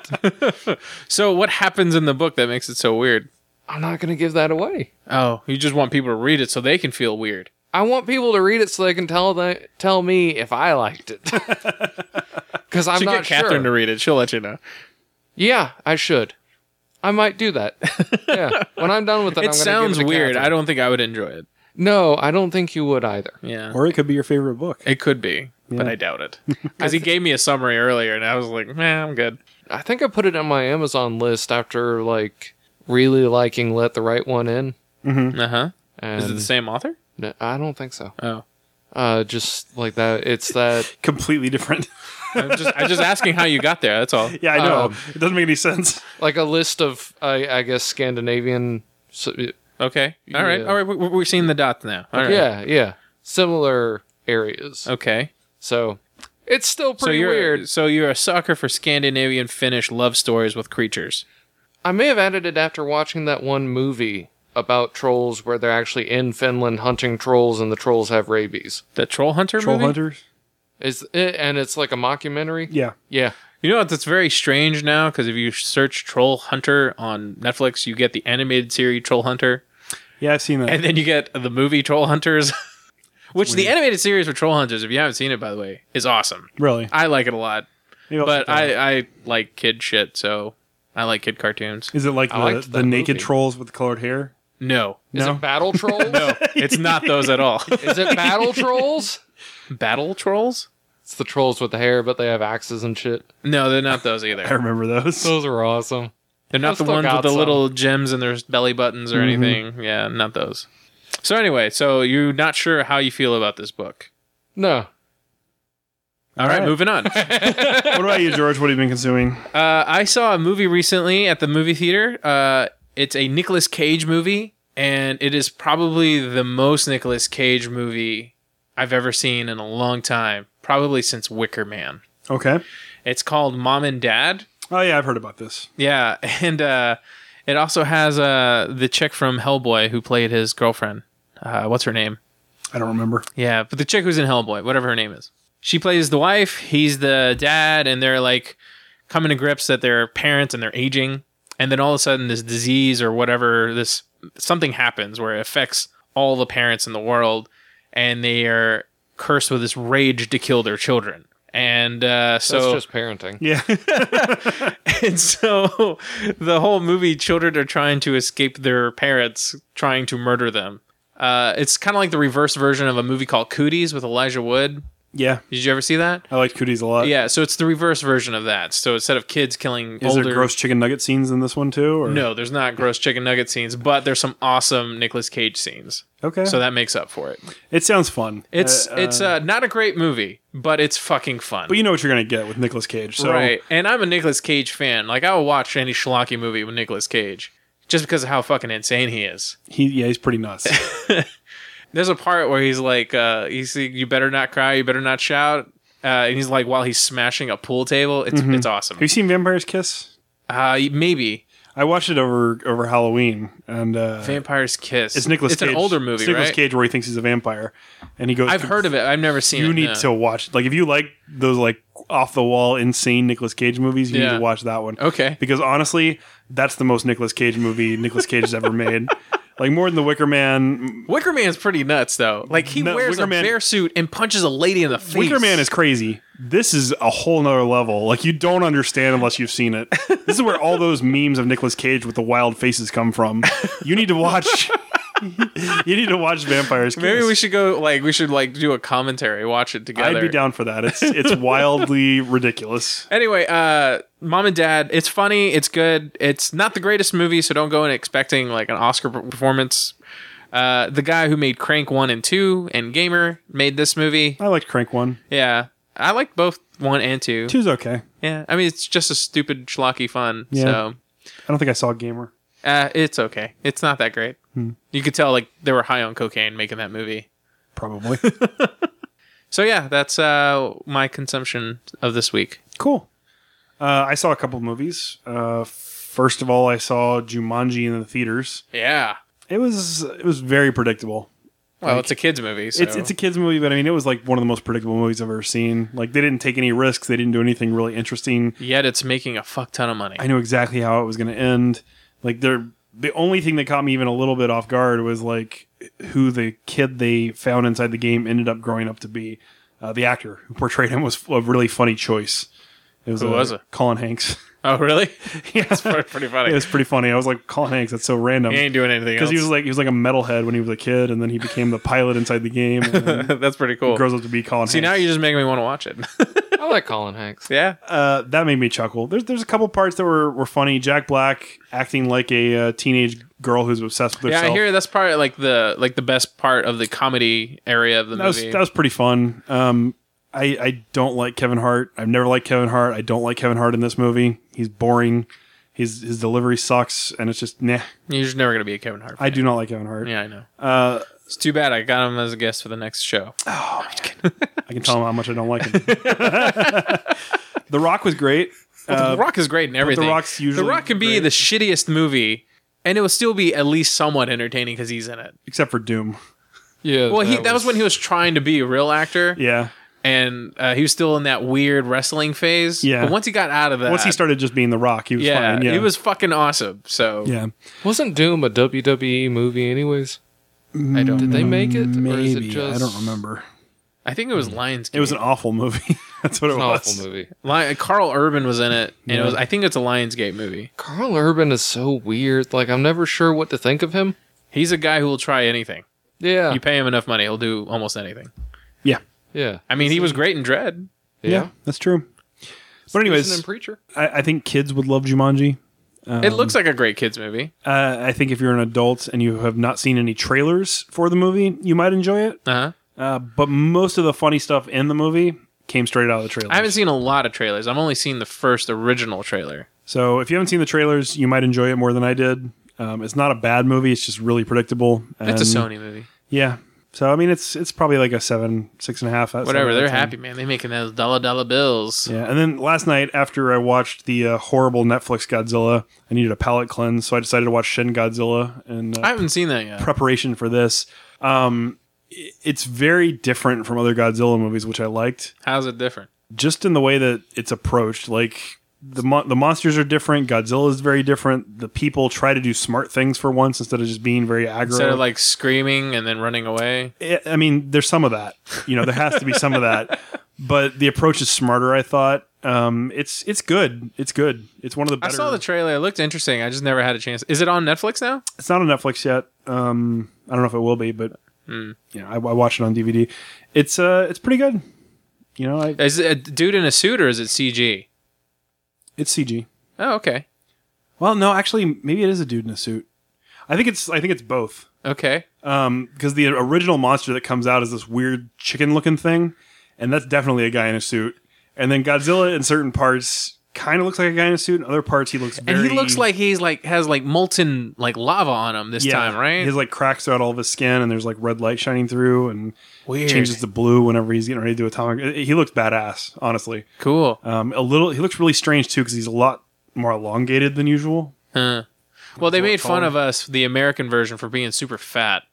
S3: So what happens in the book that makes it so weird?
S2: I'm not gonna give that away.
S3: Oh, you just want people to read it so they can feel weird.
S2: I want people to read it so they can tell the, tell me if I liked
S3: [LAUGHS]
S2: it. Because I'm
S3: should
S2: not
S3: get Catherine
S2: sure.
S3: to read it. She'll let you know.
S2: yeah, I should. I might do
S3: [LAUGHS]
S2: that. yeah. When I'm done with it, I'm
S3: It
S2: gonna
S3: sounds
S2: give it to
S3: weird.
S2: Catherine.
S3: I don't think I would enjoy it.
S2: No, I don't think you would either.
S3: Yeah.
S1: Or it could be your favorite book.
S3: it could be, but I
S2: [LAUGHS]
S3: doubt it. Because he gave me a summary earlier and I was like, man, I'm good.
S2: I think I put it on my Amazon list after like really liking Let the Right One In.
S3: Uh huh.
S2: Mm-hmm. And
S3: Is it the same author?
S2: No, I don't think so.
S3: Oh.
S2: Uh, just like that. It's that.
S1: Completely different. [LAUGHS]
S3: I'm just, I'm just asking how you got there.
S2: [LAUGHS]
S3: That's all.
S1: yeah, I know.
S2: Um,
S1: it doesn't make any sense.
S2: like a list of I, I guess Scandinavian. So,
S3: Okay. All right.
S2: Yeah.
S3: All right. We, we- we're seeing the dots now. All right.
S2: Yeah, yeah. Similar areas.
S3: Okay.
S2: So it's still
S3: so
S2: pretty
S3: you're
S2: weird.
S3: so you're a sucker for Scandinavian Finnish love stories with creatures.
S2: I may have added it after watching that one movie about trolls where they're actually in Finland hunting trolls and the trolls have rabies.
S3: The Troll Hunter
S1: Troll
S3: movie?
S1: hunters.
S2: Is it, and it's like a mockumentary.
S1: Yeah.
S2: Yeah.
S3: You know what? That's very strange now because if you search Troll Hunter on Netflix, you get the animated series Troll Hunter,
S1: Yeah, I've seen that.
S3: and then you get the movie Troll Hunters, [LAUGHS] which the animated series for Troll Hunters, if you haven't seen it, by the way, is awesome.
S1: really.
S3: I like it a lot,
S1: Maybe I'll check
S3: but
S1: that out.
S3: I, I like kid shit, so I like kid cartoons.
S1: Is it like
S2: I
S1: the,
S2: liked
S1: the
S2: that
S1: naked
S2: movie.
S1: trolls with colored hair?
S3: No,
S2: Is
S1: No.
S2: it
S3: [LAUGHS]
S2: battle trolls? no.
S3: it's not those
S1: [LAUGHS]
S3: at all.
S2: Is it battle trolls?
S3: Battle Trolls?
S2: It's the trolls with the hair, but they have axes and shit.
S3: No, they're not those
S1: I
S3: either.
S1: remember those.
S2: Those are awesome.
S3: They're not
S2: I've
S3: the
S2: still
S3: ones with
S2: got
S3: the
S2: some. Mm-hmm.
S3: little gems in their belly buttons or anything. Yeah, not those. So anyway, so you're not sure how you feel about this book.
S2: No.
S3: All right,
S1: right.
S2: [LAUGHS]
S3: moving on.
S1: what about you, George? What have you been consuming?
S3: Uh, I saw a movie recently at the movie theater. Uh, it's a Nicolas Cage movie, and it is probably the most Nicolas Cage movie I've ever seen in a long time, probably since Wicker Man.
S1: Okay.
S3: It's called Mom and Dad.
S1: Oh yeah, I've heard about this.
S3: Yeah, [LAUGHS] and uh, it also has uh, the chick from Hellboy who played his girlfriend. Uh, what's her name?
S1: I don't remember.
S3: Yeah, but the chick who's in Hellboy, whatever her name is, she plays the wife. He's the dad, and they're like coming to grips that they're parents and they're aging. And then all of a sudden, this disease or whatever, this something happens where it affects all the parents in the world, and they are cursed with this rage to kill their children. And uh, so
S2: That's just parenting.
S1: Yeah,
S3: [LAUGHS] and so the whole movie, children are trying to escape their parents, trying to murder them. Uh, it's kind of like the reverse version of a movie called Cooties with Elijah Wood.
S1: yeah.
S3: Did you ever see that?
S1: I like cooties a lot.
S3: Yeah, so it's the reverse version of that. So instead of kids killing
S1: Uh, Is
S3: older,
S1: there gross chicken nugget scenes in this one too? Or?
S3: no, there's not gross chicken nugget scenes, but there's some awesome Nicolas Cage scenes.
S1: Okay.
S3: So that makes up for it.
S1: it sounds fun.
S3: It's
S1: Uh,
S3: it's uh, not a great movie, but it's fucking fun.
S1: but you know what you're gonna get with Nicolas Cage. So
S3: right. And I'm a Nicolas Cage fan. Like I will watch any schlocky movie with Nicolas Cage just because of how fucking insane he is.
S1: he yeah he's pretty
S3: [LAUGHS]
S1: nuts.
S3: There's a part where he's like, uh, he's like, "You better not cry. You better not shout." Uh, and he's like, while he's smashing a pool table, it's
S1: Mm-hmm.
S3: it's awesome.
S1: Have you seen Vampire's Kiss?
S3: Uh, maybe
S1: I watched it over over Halloween, and uh,
S3: Vampire's Kiss.
S1: it's Nicholas.
S3: It's an older movie,
S1: It's Nicolas
S3: right?
S1: Cage where he thinks he's a vampire, and he goes.
S3: I've heard of it. I've never seen.
S1: You
S3: it,
S1: need
S3: no.
S1: to watch like if you like those like off the wall insane Nicolas Cage movies, you need
S3: Yeah.
S1: to watch that one.
S3: Okay.
S1: Because honestly, that's the most Nicolas Cage movie Nicolas Cage has ever
S3: [LAUGHS]
S1: made. Like more than The Wicker Man.
S3: Wicker Man's pretty nuts though. Like he
S1: No,
S3: wears
S1: Wicker
S3: a
S1: Man-
S3: bear suit and punches a lady in the face.
S1: Wicker Man is crazy. This is a whole nother level. Like you don't understand unless you've seen it. This is where all those memes of Nicolas Cage with the wild faces come from. You need to watch. [LAUGHS] you need to watch Vampires. Kiss.
S3: Maybe we should go like we should like do a commentary, watch it together.
S1: I'd be down for that. It's it's wildly ridiculous.
S3: Anyway, uh, mom and dad, it's funny, it's good, it's not the greatest movie, so don't go in expecting like an Oscar per- performance. Uh, the guy who made Crank One and Two and Gamer made this movie.
S1: I liked Crank One.
S3: Yeah, I like both One and Two.
S1: Two's okay.
S3: Yeah, I mean it's just a stupid schlocky fun.
S1: Yeah.
S3: So
S1: I don't think I saw Gamer.
S3: uh, it's okay. It's not that great.
S1: Hmm.
S3: You could tell like they were high on cocaine making that movie.
S1: [LAUGHS] Probably.
S3: So yeah, that's uh, my consumption of this week.
S1: cool. Uh, I saw a couple movies. Uh, first of all, I saw Jumanji in the theaters.
S3: Yeah.
S1: It was it was very predictable.
S3: Well, it's a kids movie. So.
S1: It's it's a kids movie, but I mean, it was like one of the most predictable movies I've ever seen. Like they didn't take any risks. They didn't do anything really interesting.
S3: [LAUGHS] yet it's making a fuck ton of money.
S1: I knew exactly how it was going to end. Like they're the only thing that caught me even a little bit off guard was like who the kid they found inside the game ended up growing up to be. Uh, the actor who portrayed him was a really funny choice. It was,
S3: Who
S1: uh,
S3: was it?
S1: Colin Hanks. [LAUGHS]
S3: Oh, really? [LAUGHS] yeah, it's pretty, pretty funny.
S1: it was pretty funny. I was like, Colin Hanks, that's so random.
S3: he ain't doing anything else.
S1: Because he was like he was like a metalhead when he was a kid, and then he became the pilot inside the game. And then
S3: That's pretty [LAUGHS] cool.
S1: grows up to be Colin.
S3: See,
S1: Hanks.
S3: now you're just making me want
S1: [LAUGHS]
S3: to watch it. [LAUGHS]
S2: I like Colin Hanks.
S3: yeah.
S1: uh, that made me chuckle. There's there's a couple parts that were, were funny. Jack Black acting like a uh, teenage girl who's obsessed with
S3: Yeah,
S1: herself.
S3: I hear that's probably like the like the best part of the comedy area of the
S1: that was
S3: movie.
S1: that was pretty fun. Um, I I don't like Kevin Hart. I've never liked Kevin Hart. I don't like Kevin Hart in this movie. He's boring. His his delivery sucks, and it's just nah.
S3: you're just never gonna be a Kevin Hart.
S1: I
S3: fan.
S1: do not like Kevin Hart.
S3: Yeah, I know. Uh, it's too bad I got him as a guest for the next show.
S1: I can tell him how much I don't
S2: [LAUGHS]
S1: like him. the Rock was great.
S3: the Rock is great and everything.
S1: Uh, Rock's usually
S3: the Rock can be
S1: great.
S3: the shittiest movie, and it will still be at least somewhat entertaining because he's in it.
S1: except for Doom.
S2: Yeah.
S3: Well, he that was when he was trying to be a real actor.
S1: Yeah.
S3: and uh, he was still in that weird wrestling phase.
S1: Yeah.
S3: But once he got out of that,
S1: Once he started just being The Rock, he was
S3: yeah,
S1: fine. Yeah.
S3: he was fucking awesome. So
S1: Yeah.
S2: Wasn't Doom a WWE movie, anyways? I don't. Did they make it, or is it
S1: Maybe
S2: just?
S1: I don't remember.
S3: I think it was Lionsgate.
S1: Mm. It was an awful movie. [LAUGHS] That's what it
S2: It's an
S1: was.
S2: awful movie.
S3: Lion- Carl Urban was in it, and it was I think it's a Lionsgate movie.
S2: Carl Urban is so weird. Like I'm never sure what to think of him.
S3: He's a guy who will try anything.
S2: Yeah.
S3: You pay him enough money, he'll do almost anything.
S1: Yeah.
S2: yeah.
S3: I mean, he was great in Dread.
S2: Yeah.
S1: that's true. But
S2: Isn't in
S1: anyways,
S2: preacher.
S1: I, I think kids would love Jumanji.
S3: it
S1: Um,
S3: looks like a great kids movie.
S1: Uh, I think if you're an adult and you have not seen any trailers for the movie, you might enjoy it.
S3: Uh huh.
S1: Uh, but most of the funny stuff in the movie came straight out of the trailers.
S3: I haven't seen a lot of trailers. I've only seen the first original trailer.
S1: so if you haven't seen the trailers, you might enjoy it more than I did. Um, it's not a bad movie. It's just really predictable.
S3: It's a
S1: and-
S3: Sony movie.
S1: Yeah. So I mean, it's it's probably like a seven, six and a half. uh, seven
S3: Whatever,
S1: out
S3: they're
S1: of 10.
S3: happy, man. They're making those dollar dollar bills.
S1: Yeah, and then last night after I watched the uh, horrible Netflix Godzilla, I needed a palate cleanse, so I decided to watch Shin Godzilla and uh,
S3: I haven't seen that yet.
S1: preparation for this. Um, i- it's very different from other Godzilla movies, which I liked,
S3: How's it different?
S1: just in the way that it's approached. Like the mo- the monsters are different. Godzilla is very different. The people try to do smart things for once instead of just being very aggro.
S3: Instead of like screaming and then running away.
S1: I- I mean, there's some of that. You know, there has to be some of that.
S3: [LAUGHS]
S1: But the approach is smarter. I thought. Um, it's it's good. It's good. It's one of the
S3: I
S1: better.
S3: saw the trailer. It looked interesting. I just never had a chance. Is it on Netflix now?
S1: it's not on Netflix yet. Um, I don't know if it will be, but
S3: Hmm.
S1: you know, I, I watched it on DVD. It's uh, it's pretty good. You know, I,
S3: Is it a dude in a suit or is it CG?
S1: it's CG.
S3: Oh, okay.
S1: Well, no, actually, maybe it is a dude in a suit. I think it's I think it's both.
S3: Okay.
S1: Um, because the original monster that comes out is this weird chicken-looking thing, and that's definitely a guy in a suit. And then Godzilla, in certain parts, kind of looks like a guy in a suit. In other parts, he looks very,
S3: And he looks like he's like has like molten like lava on him this
S1: yeah,
S3: time, right?
S1: His like cracks out all of his skin, and there's like red light shining through, and
S3: Weird.
S1: changes to blue whenever he's getting ready to do atomic. Uh, He looks badass, honestly.
S3: cool.
S1: Um, a little. He looks really strange too because he's a lot more elongated than usual.
S3: Huh. Well, they
S1: what
S3: made
S1: it's
S3: fun
S1: called.
S3: of us, the American version, for being
S1: [LAUGHS]
S3: super fat.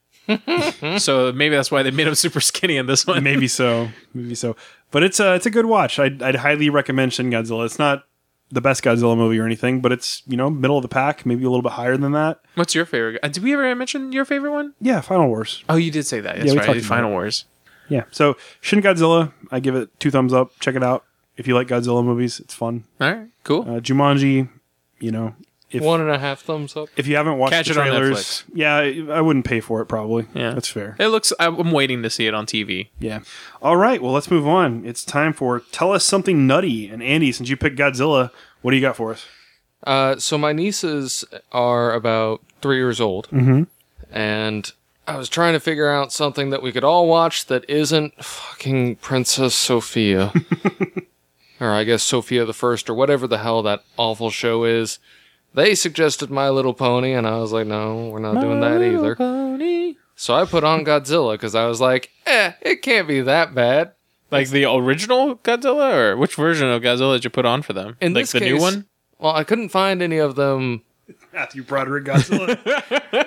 S3: so maybe that's why they made him super skinny in this one.
S1: Maybe so. Maybe so. But it's a it's a good watch. I'd, I'd highly recommend Shin Godzilla. It's not the best Godzilla movie or anything, but it's you know middle of the pack, maybe a little bit higher than that.
S3: What's your favorite? Uh, did we ever mention your favorite one?
S1: Yeah, Final Wars.
S3: Oh, you did say that. That's
S1: we talked
S3: right.
S1: about
S3: Final Wars.
S1: Yeah. So Shin Godzilla, I give it two thumbs up. Check it out if you like Godzilla movies. It's fun.
S3: All right. Cool.
S1: Uh, Jumanji, you know, if
S2: One and a half thumbs up.
S1: if you haven't watched
S3: Catch
S1: the
S3: it on
S1: trailers, yeah, I I wouldn't pay for it probably.
S3: Yeah.
S1: that's fair.
S3: it looks. I'm I'm waiting to see it on TV.
S1: Yeah. All right. Well, let's move on. It's time for tell us something nutty. And Andy, since you picked Godzilla, what do you got for us?
S2: Uh, so my nieces are about three years old, and I was trying to figure out something that we could all watch that isn't fucking Princess Sophia, or I guess Sophia the First, or whatever the hell that awful show is. They suggested My Little Pony, and I was like, no, we're not doing that either. So I put on Godzilla because I was like, eh, it can't be that bad.
S3: Like the original Godzilla, or which version of Godzilla did you put on for them?
S2: In
S3: like
S2: this
S3: the new
S2: case-
S3: one.
S2: Well, I couldn't find any of them
S1: Matthew Broderick Godzilla.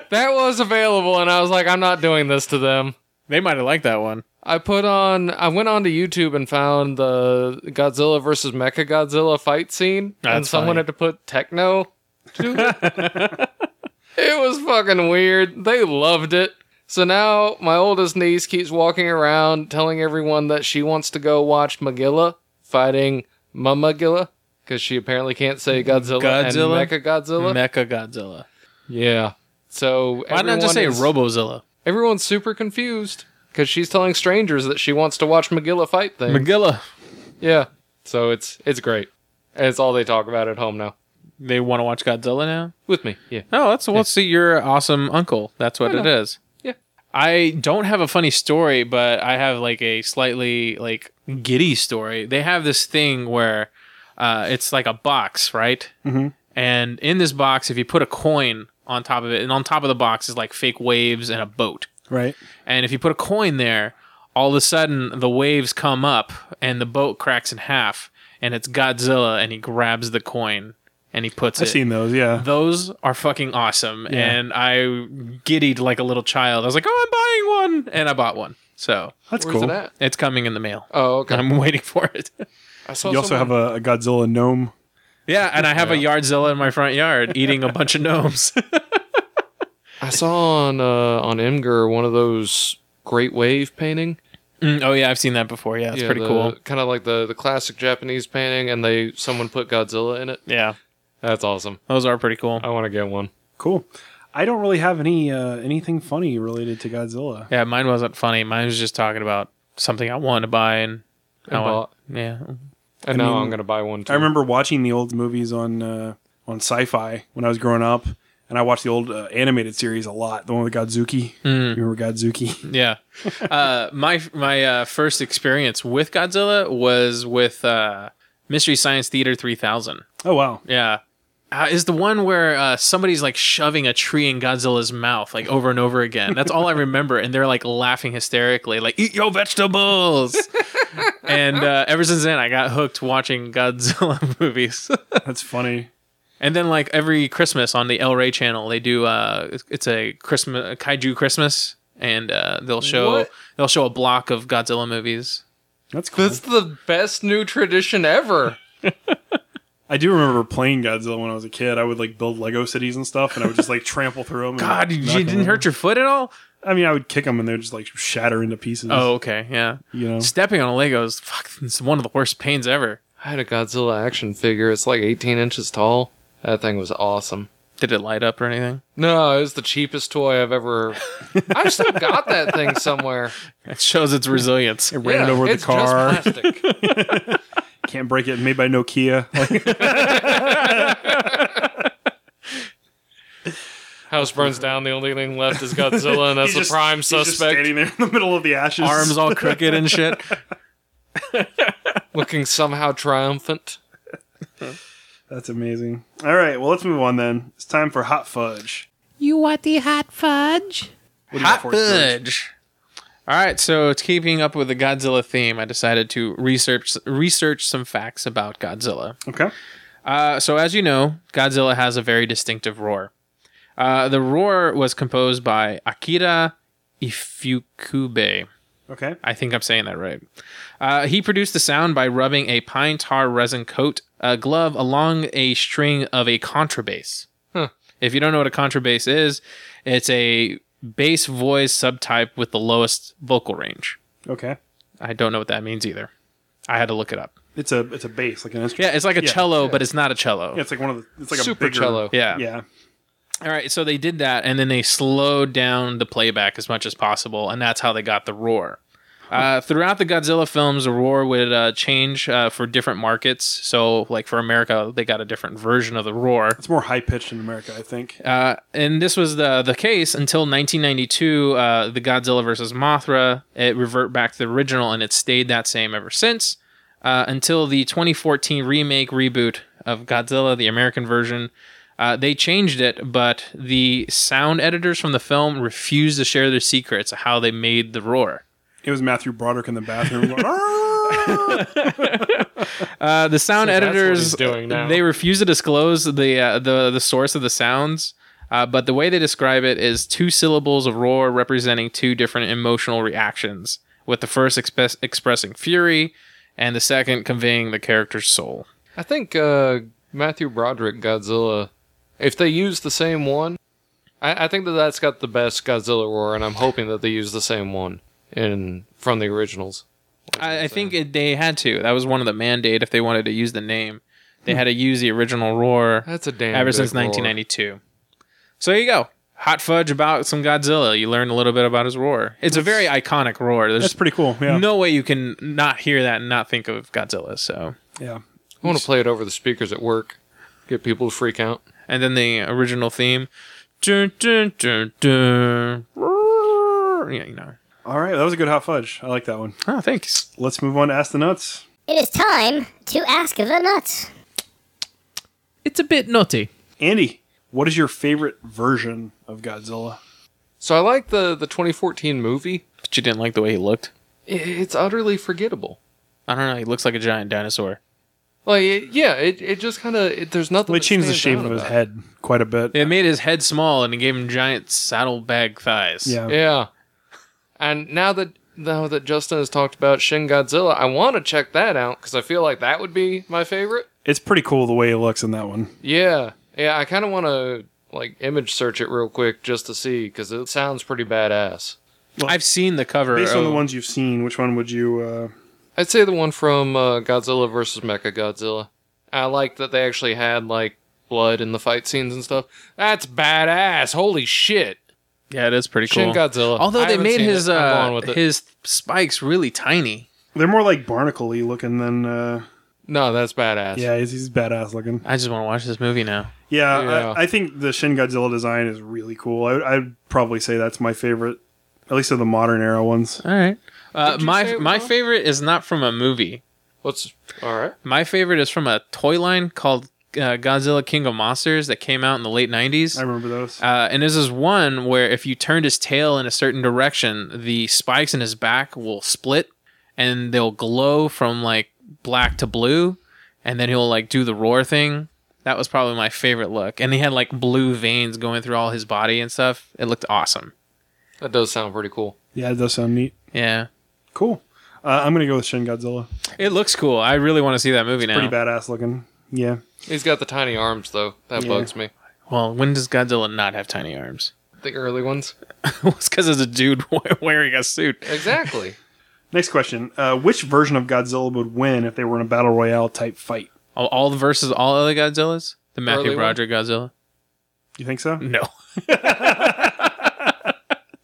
S2: that was available, and I was like, I'm not doing this to them.
S3: They might have liked that one.
S2: I put on. I went onto YouTube and found the Godzilla versus Mecha Godzilla fight scene, and
S3: That's
S2: someone
S3: funny.
S2: had to put techno. to it.
S3: [LAUGHS]
S2: it was fucking weird. They loved it. So now my oldest niece keeps walking around telling everyone that she wants to go watch Magilla fighting Mamagilla because she apparently can't say Godzilla,
S3: Godzilla?
S2: and Mecha Godzilla.
S3: Mecha Godzilla.
S2: yeah. So
S3: Why not just say
S2: everyone is-
S3: Robozilla?
S2: Everyone's super confused because she's telling strangers that she wants to watch Magilla fight things.
S3: Megilla.
S2: yeah, so it's it's great. And it's all they talk about at home now.
S3: They want to watch Godzilla now.
S2: With me, yeah.
S3: Oh, that's well. See, you're an awesome uncle. That's what it is.
S2: Yeah.
S3: I don't have a funny story, but I have like a slightly like giddy story. They have this thing where uh, it's like a box, right? Mm-hmm. And in this box, if you put a coin on top of it, and on top of the box is like fake waves and a boat.
S1: right.
S3: And if you put a coin there, all of a sudden the waves come up and the boat cracks in half, and it's Godzilla, and he grabs the coin and he puts
S1: I've
S3: it
S1: seen those. Yeah.
S3: those are fucking awesome and i giddied like a little child i was like oh i'm buying one and i bought one so
S1: That's
S2: Where's
S1: cool. Um,
S2: it at?
S3: it's coming in the mail
S2: Oh, okay.
S3: i'm [LAUGHS] waiting for it
S2: I saw
S1: You also have a, a Godzilla gnome.
S3: yeah and i have a yardzilla in my front yard eating a bunch of gnomes
S2: I saw on uh, on Imgur one of those great wave painting.
S3: [LAUGHS] Mm, oh yeah i've seen that before yeah it's
S2: Yeah,
S3: pretty
S2: the-
S3: cool
S2: Kind of like the the classic Japanese painting, and they someone put Godzilla in it.
S3: yeah
S2: That's awesome.
S3: those are pretty cool
S2: I want to get one.
S1: Cool. I don't really have any uh, anything funny related to Godzilla.
S3: yeah mine wasn't funny mine was just talking about something i wanted to buy and, I
S2: And
S3: want-
S2: bought.
S3: yeah
S2: And now
S1: mean,
S2: I'm gonna buy one too.
S1: I remember watching the old movies on uh, on Sci-Fi when I was growing up, and I watched the old uh, animated series a lot. The one with Godzuki.
S3: Hmm.
S1: You remember Godzuki?
S3: [LAUGHS] Yeah. Uh, my my uh, first experience with Godzilla was with uh, Mystery Science Theater 3000.
S1: Oh wow.
S3: Yeah. uh, is the one where uh, somebody's like shoving a tree in Godzilla's mouth like over and over again. That's all I remember, and they're like laughing hysterically, like "Eat your [LAUGHS] vegetables." and uh, ever since then, I got hooked watching Godzilla [LAUGHS] movies.
S1: That's funny.
S3: and then like every Christmas on the El Rey channel, they do uh, it's- it's a Christmas a kaiju Christmas, and uh, they'll show
S2: What?
S3: they'll show a block of Godzilla movies.
S1: That's cool.
S2: That's the best new tradition ever.
S1: I do remember playing Godzilla when I was a kid. I would like build Lego cities and stuff, and I would just like trample through them.
S3: God, you didn't hurt your foot at all.
S1: I mean, I would kick them, and they'd just like shatter into pieces.
S3: Oh, okay, yeah.
S1: you know,
S3: Stepping on a Lego is fuck, it's one of the worst pains ever.
S2: I had a Godzilla action figure. It's like 18 inches tall. That thing was awesome.
S3: Did it light up or anything?
S2: No, it was the cheapest toy I've
S1: [LAUGHS]
S2: ever. I've still got that thing somewhere.
S3: It shows its resilience.
S1: ran it over with
S2: it's
S1: the car.
S2: Just
S1: [LAUGHS]
S2: plastic.
S1: Can't break it. Made by Nokia. Like,
S2: House burns down. The only thing left is Godzilla, and that's
S1: he's
S2: the
S1: just-
S2: prime
S1: he's just
S2: suspect.
S1: standing there [LAUGHS] in the middle of the ashes.
S3: [LAUGHS] Arms all crooked and shit.
S2: Looking somehow triumphant.
S1: That's amazing. All right, well, let's move on then. It's time for hot fudge.
S5: You want the hot fudge?
S1: What do you got
S3: Hot
S1: for us, George?
S3: fudge. All right, so it's keeping up with the Godzilla theme. I decided to research research some facts about Godzilla.
S1: Okay.
S3: Uh, so as you know, Godzilla has a very distinctive roar. Uh, the roar was composed by Akira Ifukube.
S1: Okay.
S3: I think I'm saying that right. Uh, he produced the sound by rubbing a pine tar resin coat uh, glove along a string of a contrabass. If you don't know what a contrabass is, it's a bass voice subtype with the lowest vocal range.
S1: Okay.
S3: I don't know what that means either. I had to look it up.
S1: It's a it's a bass like an instrument.
S3: Yeah, it's like a
S1: Yeah.
S3: cello, but it's not a cello.
S1: Yeah, it's like one of the it's like
S2: Super
S1: a bigger,
S2: cello.
S3: Yeah.
S1: Yeah.
S3: All right, so they did that, and then they slowed down the playback as much as possible, and that's how they got the roar. Uh, throughout the Godzilla films, the roar would uh, change uh, for different markets. So, like for America, they got a different version of the roar.
S1: It's more high pitched in America, I think.
S3: Uh, and this was the the case until 1992, uh, the Godzilla versus Mothra. It revert back to the original, and it stayed that same ever since uh, until the 2014 remake reboot of Godzilla, the American version. Uh, they changed it, but the sound editors from the film refused to share their secrets of how they made the roar.
S1: It was Matthew Broderick in the bathroom. going, "Ah!" "Arr!"
S3: Uh, the sound
S2: So that's what
S3: editors uh,
S2: he's doing now.
S3: they refuse to disclose the uh, the the source of the sounds, uh, but the way they describe it is two syllables of roar representing two different emotional reactions, with the first express, expressing fury, and the second conveying the character's soul.
S2: I think uh, Matthew Broderick Godzilla. If they use the same one, I, I think that that's got the best Godzilla roar, and I'm hoping that they use the same one in from the originals.
S3: I, I think it, they had to. That was one of the mandate if they wanted to use the name. They had to use the original roar
S2: That's a damn.
S3: ever
S2: good
S3: since
S2: roar.
S3: 1992. So there you go. Hot fudge about some Godzilla. You learned a little bit about his roar. It's a very iconic roar. There's
S1: That's pretty cool. Yeah.
S3: no way you can not hear that and not think of Godzilla. So,
S1: Yeah.
S2: I want to play it over the speakers at work. Get people to freak out.
S3: and then the original theme, dun, dun, dun, dun, roar, yeah, you know.
S1: All right, that was a good hot fudge. I like that one.
S3: Oh, thanks.
S1: Let's move on to Ask the Nuts.
S7: It is time to ask the nuts.
S3: It's a bit nutty.
S1: Andy, what is your favorite version of Godzilla?
S2: So I like the the 2014 movie.
S3: But you didn't like the way he looked.
S2: I- It's utterly forgettable.
S3: I don't know. He looks like a giant dinosaur.
S2: Like it, yeah, it, it just kind of it, there's nothing.
S1: Well, they
S2: that
S1: changed the
S2: stands
S1: shape
S2: out
S1: of his
S2: about
S1: head quite a bit.
S3: It made his head small and it gave him giant saddlebag thighs.
S1: Yeah.
S2: it. Yeah, and now that now that Justin has talked about Shin Godzilla, I want to check that out because I feel like that would be my favorite.
S1: It's pretty cool the way he looks in that one.
S2: Yeah, yeah, I kind of want to like image search it real quick just to see because it sounds pretty badass.
S3: I've seen the cover.
S1: Based on the
S3: of-
S1: ones you've seen, which one would you uh
S2: I'd say the one from uh, Godzilla versus Mecha Godzilla. I like that they actually had like blood in the fight scenes and stuff. That's badass. Holy shit.
S3: Yeah, it is pretty
S2: Shin
S3: cool.
S2: Godzilla.
S3: Although
S2: I
S3: they
S2: haven't
S3: made
S2: seen
S3: his
S2: it. I'm
S3: uh,
S2: going with it.
S3: his spikes really tiny.
S1: They're more like barnacle-y looking than uh
S2: No, that's badass.
S1: yeah, he's, he's badass looking.
S3: I just want to watch this movie now.
S1: Yeah,
S2: Yeah.
S1: I, I think the Shin Godzilla design is really cool. I, I'd probably say that's my favorite, at least of the modern era ones.
S3: All right. Uh,
S2: Did you say
S3: my
S2: it
S3: my
S2: was on?
S3: favorite is not from a movie.
S2: What's all right?
S3: My favorite is from a toy line called uh, Godzilla King of Monsters that came out in the late 90s.
S1: I remember those.
S3: Uh, and this is one where if you turned his tail in a certain direction, the spikes in his back will split and they'll glow from like black to blue. And then he'll like do the roar thing. That was probably my favorite look. And he had like blue veins going through all his body and stuff. It looked awesome.
S2: That does sound pretty cool.
S1: yeah, it does sound neat.
S3: Yeah.
S1: Cool. Uh, I'm gonna go with Shin Godzilla.
S3: It looks cool. I really want to see that movie now.
S1: Pretty badass looking. Yeah.
S2: He's got the tiny arms though. That bugs me.
S3: Well, when does Godzilla not have tiny arms? [LAUGHS]
S2: The early ones.
S3: it's because it's a dude [LAUGHS] wearing a suit.
S2: Exactly.
S1: Next question: uh, Which version of Godzilla would win if they were in a battle royale type fight?
S3: All, all the versus all other Godzillas? The Matthew
S2: Early one?
S3: Broderick Godzilla?
S1: You think so?
S3: No.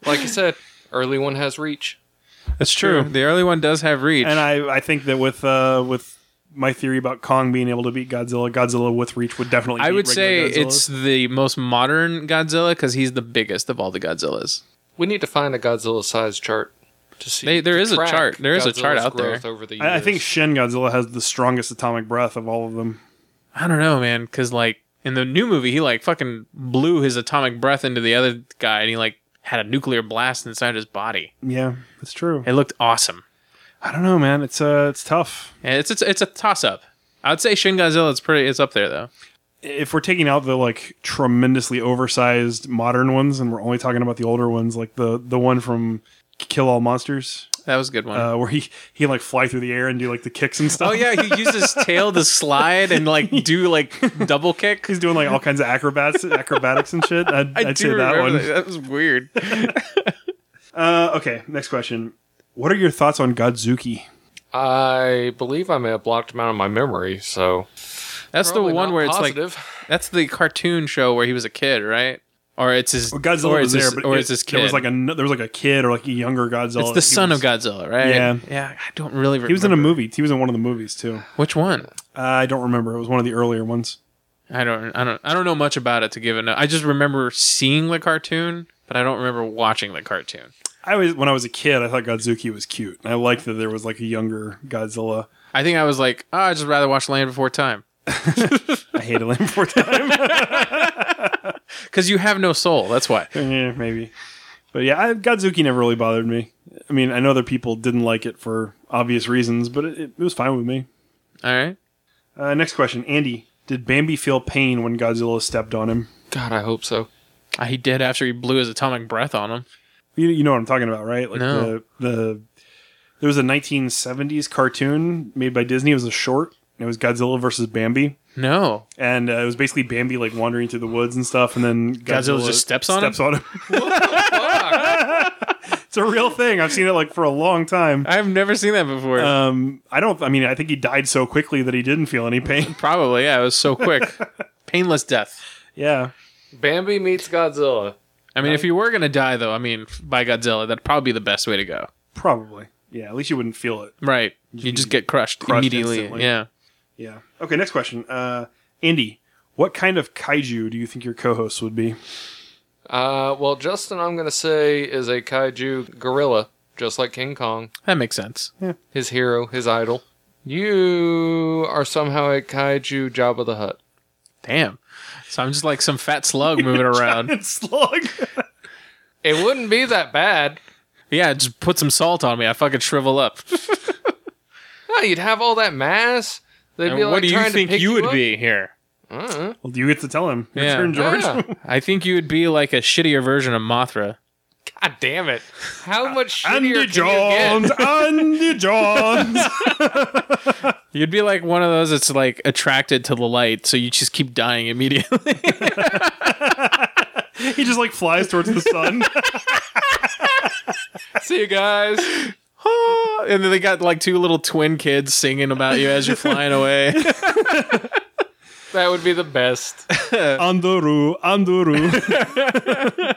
S2: like you said, early one has reach.
S3: [LAUGHS] That's true. The early one does have reach.
S1: And I, I think that with uh, with my theory about Kong being able to beat Godzilla, Godzilla with reach would definitely.
S3: I
S1: beat
S3: would say
S1: regular Godzillas.
S3: it's the most modern Godzilla because he's the biggest of all the Godzillas.
S2: We need to find a Godzilla size chart to see.
S3: They- there
S2: to
S3: is a
S2: track
S3: chart. There is a chart
S2: Godzilla's
S3: out there.
S2: growth Over the years.
S1: I, I think Shin Godzilla has the strongest atomic breath of all of them.
S3: I don't know, man, because like in the new movie, he like fucking blew his atomic breath into the other guy, and he like had a nuclear blast inside his body.
S1: Yeah, that's true.
S3: It looked awesome.
S1: I don't know, man. It's uh, it's tough.
S3: And it's it's, it's a toss up. I'd say Shin Godzilla is pretty. It's up there though.
S1: If we're taking out the like tremendously oversized modern ones, and we're only talking about the older ones, like the the one from Kill All Monsters,
S3: That was a good one.
S1: uh, where he he like fly through the air and do like the kicks and stuff.
S3: oh yeah, he used his
S1: [LAUGHS]
S3: tail to slide and like do like double kick.
S1: He's doing like all kinds of
S3: [LAUGHS]
S1: acrobats, acrobatics and shit. I'd,
S3: I
S1: I'd say
S3: do
S1: that
S3: remember
S1: one.
S3: that. That was weird.
S1: Uh, okay, next question. What are your thoughts on Godzuki?
S2: I believe I may have blocked him out of my memory. So
S3: That's the
S2: Probably
S3: one
S2: not
S3: where it's
S2: positive.
S3: like that's the cartoon show where he was a kid, right? Or it's his
S1: Well, Godzilla
S3: or
S1: was
S3: it's
S1: there,
S3: his,
S1: but
S3: or
S1: it-
S3: it's his kid.
S1: There was like a n- there was like a kid or like a younger Godzilla.
S3: it's the son of Godzilla, right?
S1: Yeah.
S3: yeah. I don't really. Remember.
S1: He was in a movie. He was in one of the movies too.
S3: Which one?
S1: Uh, I don't remember. It was one of the earlier ones.
S3: I don't. I don't. I don't know much about it to give it. I just remember seeing the cartoon, but I don't remember watching the cartoon.
S1: I was when I was a kid. I thought Godzuki was cute. And I liked that there was like a younger Godzilla.
S3: I think I was like, oh, I just rather watch Land Before Time
S1: I hated him [LAUGHS] for time.
S3: because you have no soul. That's why.
S1: yeah, maybe. But yeah, I, Godzuki never really bothered me. I mean, I know other people didn't like it for obvious reasons, but it, it was fine with me.
S3: All right.
S1: Uh, next question, Andy. Did Bambi feel pain when Godzilla stepped on him?
S2: God, I hope so.
S3: Uh, He did after he blew his atomic breath on him.
S1: You, you know what I'm talking about, right? Like
S3: No.
S1: the the there was a 1970s cartoon made by Disney. It was a short. and It was Godzilla versus Bambi,
S3: No,
S1: and uh, it was basically Bambi like wandering through the woods and stuff, and then Godzilla,
S3: Godzilla just steps on him?
S1: Steps on him. it's a real thing. I've seen it like for a long time.
S3: I've never seen that before.
S1: Um, I don't. I mean, I think he died so quickly that he didn't feel any pain. [LAUGHS]
S3: Probably. Yeah, it
S2: [LAUGHS]
S3: was so quick. Painless death.
S1: yeah,
S2: Bambi meets Godzilla.
S3: I mean, if you were gonna die, though, I mean, by Godzilla, that'd probably be the best way to go.
S1: probably. Yeah, at least you wouldn't feel it.
S3: Right? You just get crushed,
S1: crushed
S3: immediately.
S1: instantly.
S3: Yeah.
S1: Yeah. Okay, next question. Uh, Andy, what kind of kaiju do you think your co hosts would be? [LAUGHS]
S2: Uh, well, Justin, I'm gonna say is a kaiju gorilla, just like King Kong,
S3: That makes sense.
S2: his hero, his idol. You are somehow a kaiju Jabba the Hutt.
S3: Damn. So I'm just like some fat
S2: [LAUGHS]
S3: slug moving around.
S1: Slug.
S2: It wouldn't be that bad.
S3: Yeah, just put some salt on me. I fucking shrivel up.
S2: No, you'd have all that mass. They'd
S3: And
S2: be like
S3: what do you
S2: trying to
S3: think
S2: pick
S3: you would
S2: up.
S3: be here?
S1: Well, you get to tell him. Your
S3: Yeah.
S1: turn, George.
S2: Yeah.
S3: I think you would be like a shittier version of Mothra.
S2: [LAUGHS] God damn it! How
S3: [LAUGHS]
S2: much
S1: Andy
S2: shittier can you
S1: Johns.
S2: get?
S1: Andy Johns.
S3: [LAUGHS] You'd be like one of those that's like attracted to the light, so you just keep dying immediately. [LAUGHS]
S1: he just like flies towards the
S3: [LAUGHS]
S1: sun.
S2: See you guys.
S3: Ah, and then they got like two little twin kids singing about you as you're flying
S2: [LAUGHS]
S3: away.
S2: That would be the best. [LAUGHS]
S1: Anduru.
S3: [LAUGHS]
S1: Anduru.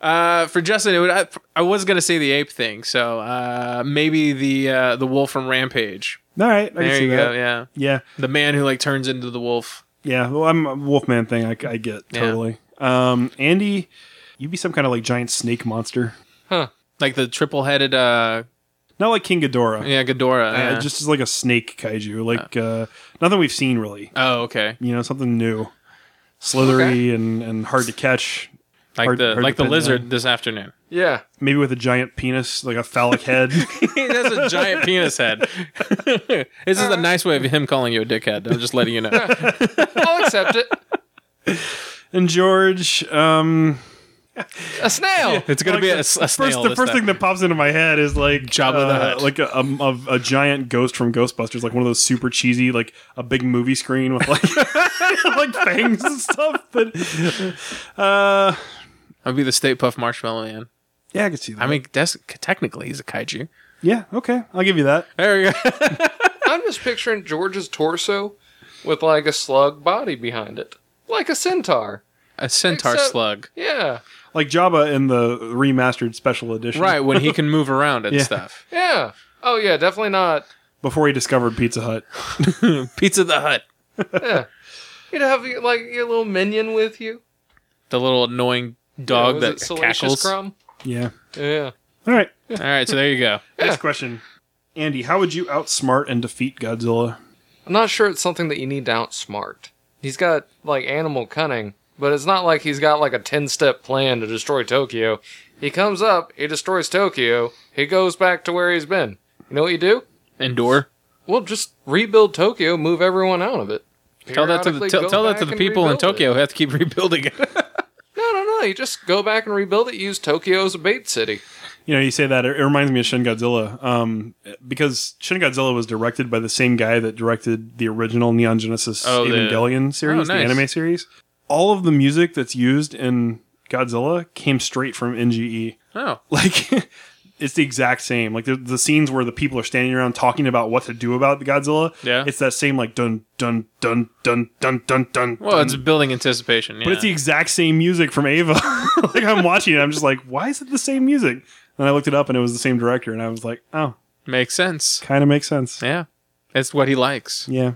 S3: Uh, for Justin, it would, I, I was gonna say the ape thing, so uh, maybe the uh, the wolf from Rampage.
S1: All right. I can
S3: There
S1: see
S3: you
S1: that.
S3: go. Yeah,
S1: yeah.
S3: the man who like turns into the wolf.
S1: Yeah. Well, I'm a Wolfman thing. I, I get totally. Um, Andy, you'd be some kind of like giant snake monster.
S3: Like the triple headed uh
S1: Not like King Ghidorah.
S3: Yeah, Ghidorah.
S1: Uh,
S3: yeah.
S1: just as like a snake kaiju, like uh, nothing we've seen really.
S3: oh, okay.
S1: You know, something new, slithery and, and hard to catch.
S3: Like
S1: Hard-
S3: the
S1: hard
S3: like
S1: to
S3: the
S1: pin
S3: lizard
S1: down.
S3: this afternoon. [LAUGHS]
S2: Yeah.
S1: Maybe with a giant penis, like a phallic head.
S3: That's
S1: [LAUGHS]
S3: a giant penis head. [LAUGHS] this is a nice way of him calling you a dickhead. I'm
S1: [LAUGHS]
S3: just letting you know.
S2: I'll accept it.
S1: and George, um,
S2: A
S3: [LAUGHS]
S2: snail.
S3: It's gonna
S1: like
S3: be
S1: the
S3: a, s- a snail.
S1: first the
S3: this
S1: first
S3: time.
S1: thing that pops into my head is like
S3: Jabba the Hutt.
S1: like a, um, of a giant ghost from Ghostbusters, like one of those super cheesy, like a big movie screen with like [LAUGHS] like fangs and stuff. But uh,
S3: I'll be the State Puff Marshmallow Man.
S1: yeah, I could see that.
S3: I mean, that's technically he's a kaiju.
S1: yeah, okay, I'll give you that.
S3: There we go. [LAUGHS]
S2: I'm just picturing George's torso with like a slug body behind it, like a centaur.
S3: a centaur
S2: Except-
S3: slug.
S2: Yeah.
S1: Like Jabba in the remastered special edition,
S3: Right when he [LAUGHS] can move around and
S1: Yeah.
S3: stuff.
S2: Yeah. Oh yeah, definitely not.
S1: Before he discovered Pizza Hut.
S3: [LAUGHS] Pizza the Hut,
S2: You'd have like your little minion with you.
S3: the little annoying dog
S2: Was it
S3: that
S2: Salacious
S3: cackles.
S2: Crumb?
S1: Yeah.
S2: Yeah.
S1: All right.
S3: All right, so there you go.
S1: Next question. Andy, how would you outsmart and defeat Godzilla?
S2: I'm not sure it's something that you need to outsmart. He's got like animal cunning, but it's not like he's got like a 10 step plan to destroy Tokyo. He comes up, he destroys Tokyo, he goes back to where he's been. You know what you do?
S3: Endure.
S2: Well, just rebuild Tokyo, move everyone out of it.
S3: Tell that to the
S2: Periodically
S3: tell,
S2: go
S3: tell that
S2: back
S3: to the
S2: and
S3: people in
S2: rebuild it.
S3: Tokyo who have to keep [LAUGHS]
S2: [LAUGHS]
S3: rebuilding it.
S2: No, no, no. You just go back and rebuild it. Use Tokyo as a bait city.
S1: You know, you say that, it reminds me of Shin Godzilla. Um, because Shin Godzilla was directed by the same guy that directed the original Neon Genesis
S3: Oh, the-
S1: Evangelion series,
S3: Oh,
S1: the
S3: nice.
S1: anime series. All of the music that's used in Godzilla came straight from NGE.
S3: oh,
S1: [LAUGHS] Like, it's the exact same. Like, the, the scenes where the people are standing around talking about what to do about the Godzilla.
S3: Yeah.
S1: It's that same, like, dun, dun, dun, dun, dun, dun, dun.
S3: well, it's building anticipation.
S1: But it's the exact same music from Ava. [LAUGHS] like I'm watching it, I'm just like, why is it the same music? And I looked it up, and it was the same director, and I was like, oh,
S2: e-
S3: makes sense.
S1: kind of makes sense.
S3: Yeah, it's what he
S2: Mm.
S3: likes.
S1: Yeah,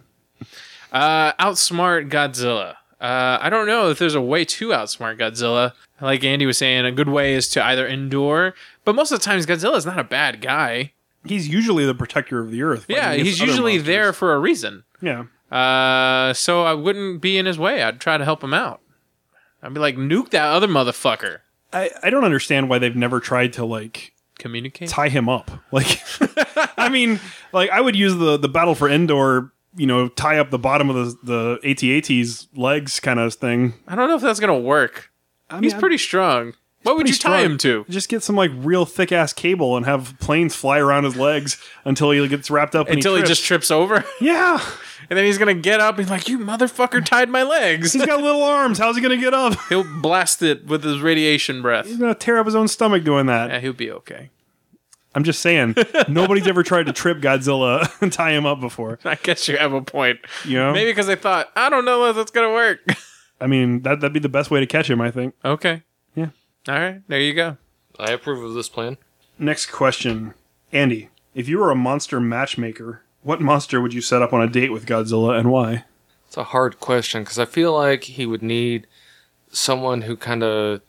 S3: Uh, outsmart Godzilla. Uh, I don't know if there's a way to outsmart Godzilla. Like Andy was saying, a good way is to either endure, but most of the times Godzilla's not a bad guy.
S1: he's usually the protector of the earth.
S3: Yeah,
S1: fighting
S3: he's
S1: against other
S3: usually
S1: monsters.
S3: there for a reason.
S1: Yeah,
S3: Uh, so I wouldn't be in his way. I'd try to help him out. I'd be like, nuke that other motherfucker.
S1: I I don't understand why they've never tried to like
S3: Communicate.
S1: tie him up. [LAUGHS] Like, I mean, like I would use the the battle for Endor. You know, tie up the bottom of the the AT-AT's legs, kind of thing.
S3: I don't know if that's gonna work.
S1: I
S3: He's
S1: mean, I-
S3: pretty strong. What would
S1: pretty
S3: you tie
S1: strong.
S3: him to?
S1: Just get some like real thick ass cable and have planes fly around his legs until he gets wrapped up. And
S3: Until he,
S1: trips.
S3: just trips
S1: [LAUGHS]
S3: over, and
S1: yeah,
S3: then he's gonna get up and be like, "You motherfucker tied
S1: [LAUGHS]
S3: my legs."
S1: he's got little arms. How's he gonna get up?
S3: He'll blast it with his radiation breath.
S1: He's gonna tear up his own stomach doing
S3: Yeah,
S1: that.
S3: he'll be okay. [LAUGHS]
S1: I'm just saying, nobody's ever tried to trip Godzilla [LAUGHS] and tie him up before.
S3: I guess you have a point.
S1: You know,
S3: Maybe because I thought, I don't know if that's gonna work. [LAUGHS]
S1: I mean that that'd be the best way to catch him. I think.
S3: okay.
S1: Yeah.
S3: All right. There you go.
S2: I approve of this plan.
S1: Next question, Andy. If you were a monster matchmaker, what monster would you set up on a date with Godzilla and why?
S2: It's a hard question because I feel like he would need someone who kind of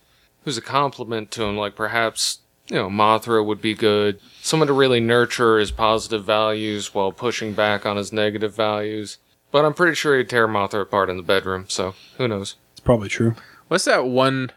S2: who's a compliment to him. Like perhaps you know Mothra would be good. Someone to really nurture his positive values while pushing back on his negative values. But I'm pretty sure he'd tear Mothra apart in the bedroom. So who knows?
S1: It's probably true.
S3: What's that one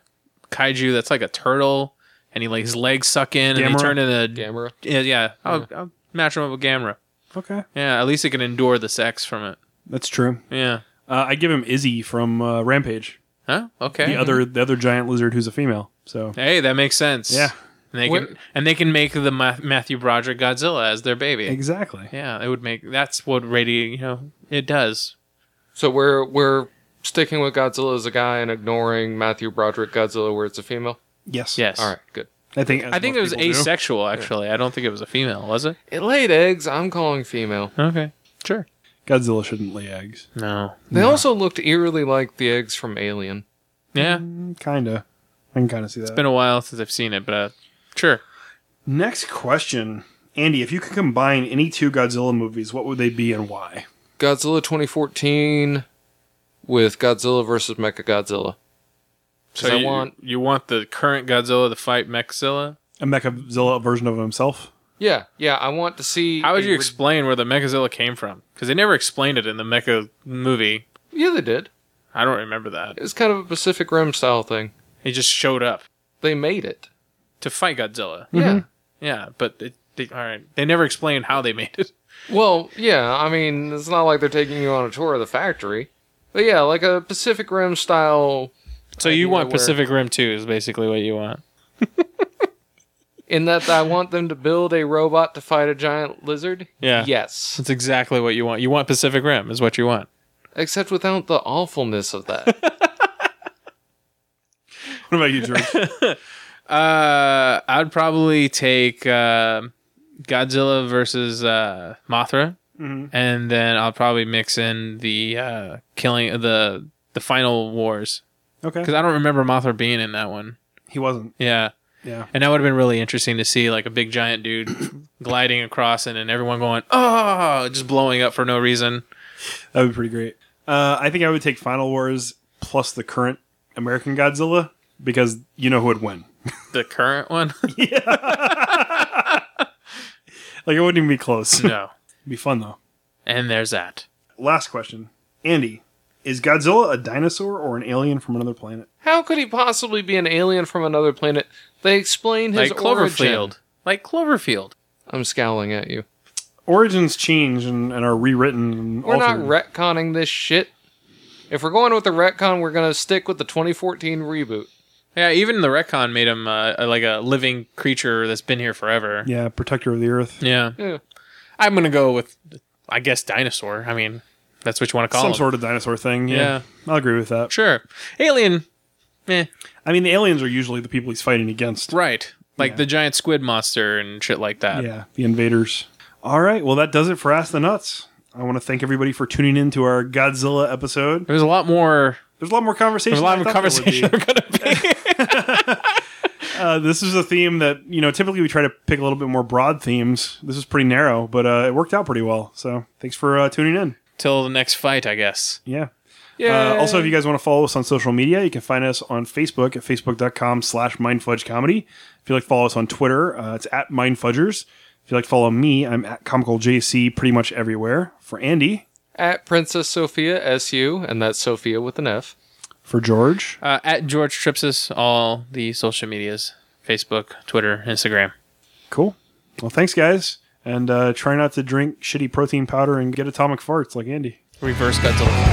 S3: kaiju that's like a turtle and he like his legs suck in and
S1: Gamera?
S3: he turn into
S2: Gamera.
S3: Yeah, yeah. I'll, I'll match him up with Gamera.
S1: Okay,
S3: Yeah, at least he can endure the sex from it.
S1: that's true.
S3: Yeah.
S1: Uh, I give him Izzy from uh, Rampage.
S3: Huh? Okay.
S1: the other the other giant lizard who's a female. So
S3: Hey, that makes sense.
S1: yeah,
S3: And they
S2: Where-
S3: can and they can make the Ma- Matthew Broderick Godzilla as their baby.
S1: exactly.
S3: Yeah, it would make that's what radio. You know, it does.
S2: So we're we're sticking with Godzilla as a guy and ignoring Matthew Broderick Godzilla where it's a female.
S1: Yes.
S3: Yes.
S2: All right, good.
S1: I think
S3: I think it was asexual, actually. I don't think it was a female, was it?
S2: It laid eggs. I'm calling female.
S3: Okay. Sure.
S1: Godzilla shouldn't lay eggs.
S3: No.
S2: They also looked eerily like the eggs from Alien.
S3: Yeah.
S1: Kinda. I can kind of see that.
S3: It's been a while since I've seen it, but uh, sure.
S1: Next question, Andy. If you could combine any two Godzilla movies, what would they be and why?
S2: Godzilla 2014 with Godzilla versus Mechagodzilla.
S3: So
S2: 'Cause I
S3: you
S2: want-
S3: you want the current Godzilla to fight Mechzilla?
S1: A Mechazilla version of himself. [LAUGHS]
S2: Yeah, yeah. I want to see.
S3: How would
S2: a
S3: you
S2: re-
S3: explain where the Mechazilla came from? Because they never explained it in the Mecha movie.
S2: yeah, they did.
S3: I don't remember that.
S2: It was kind of a Pacific Rim style thing.
S3: He just showed up
S2: They made it.
S3: to fight Godzilla.
S2: Yeah.
S3: Yeah, but it, they, all right, they never explained how they made it.
S2: Well, yeah, I mean, it's not like they're taking you on a tour of the factory. But yeah, like a Pacific Rim style
S3: So
S2: you want Pacific
S3: Rim Two is basically what you want.
S2: in that I want them to build a robot to fight a giant lizard.
S3: Yeah.
S2: Yes.
S3: That's exactly what you want. You want Pacific Rim is what you want.
S2: Except without the awfulness of that.
S1: What about you,
S3: [LAUGHS]
S1: George?
S3: Uh, I'd probably take uh, Godzilla versus uh, Mothra,
S2: Mm-hmm.
S3: and then I'll probably mix in the uh, killing the the final wars because
S1: okay.
S3: I don't remember Mothra being in that one.
S1: He wasn't.
S3: Yeah,
S1: Yeah.
S3: and that would have been really interesting to see like a big giant dude [COUGHS] gliding across and, and everyone going oh just blowing up for no reason.
S1: That would be pretty great. Uh, I think I would take Final Wars plus the current American Godzilla because you know who would win.
S3: The current one,
S1: Like, it wouldn't even be close. [LAUGHS] It'd
S3: no.
S1: be fun, though.
S3: [LAUGHS] And there's that.
S1: Last question. Andy, is Godzilla a dinosaur or an alien from another planet?
S2: How could he possibly be an alien from another planet? They explain his
S3: like
S2: origin.
S3: Cloverfield. Like Cloverfield.
S2: I'm scowling at you.
S1: Origins change and, and are rewritten and
S2: We're
S1: altered.
S2: not retconning this shit. If we're going with the retcon, we're gonna stick with the 2014 reboot.
S3: Yeah, even the retcon made him uh, like a living creature that's been here forever.
S1: yeah, protector of the earth.
S3: Yeah.
S2: Yeah.
S3: I'm going to go with, I guess, dinosaur. I mean, that's what you want to call
S1: Some
S3: him.
S1: sort of dinosaur thing. Yeah.
S3: Yeah.
S1: I'll agree with that.
S3: Sure. Alien. Eh,
S1: I mean, the aliens are usually the people he's fighting against.
S3: right. Like the giant squid monster and shit like that.
S1: Yeah, the invaders. All right. Well, that does it for Ask the Nuts. I want to thank everybody for tuning in to our Godzilla episode.
S3: There was a lot more.
S1: There's a lot more conversation.
S3: There's a lot of
S1: than I thought there would be.
S3: conversation. Going to be.
S1: [LAUGHS] Uh, this is a theme that you know typically we try to pick a little bit more broad themes. This is pretty narrow, but uh, it worked out pretty well. So thanks for uh, tuning in.
S3: Till the next fight, I guess.
S1: Yeah.
S2: Yeah.
S1: Uh, also, if you guys want to follow us on social media, you can find us on Facebook at facebook.com slash mindfudgecomedy. If you'd like to follow us on Twitter, uh, it's at mindfudgers. If you'd like to follow me, I'm at comicaljc pretty much everywhere. For Andy,
S2: at Princess Sophia SU, and that's Sophia with an F.
S1: for George,
S3: Uh, at George Tripsis, all the social medias Facebook, Twitter, Instagram.
S1: cool. Well, thanks, guys. And uh, try not to drink shitty protein powder and get atomic farts like Andy.
S3: Reverse Godzilla.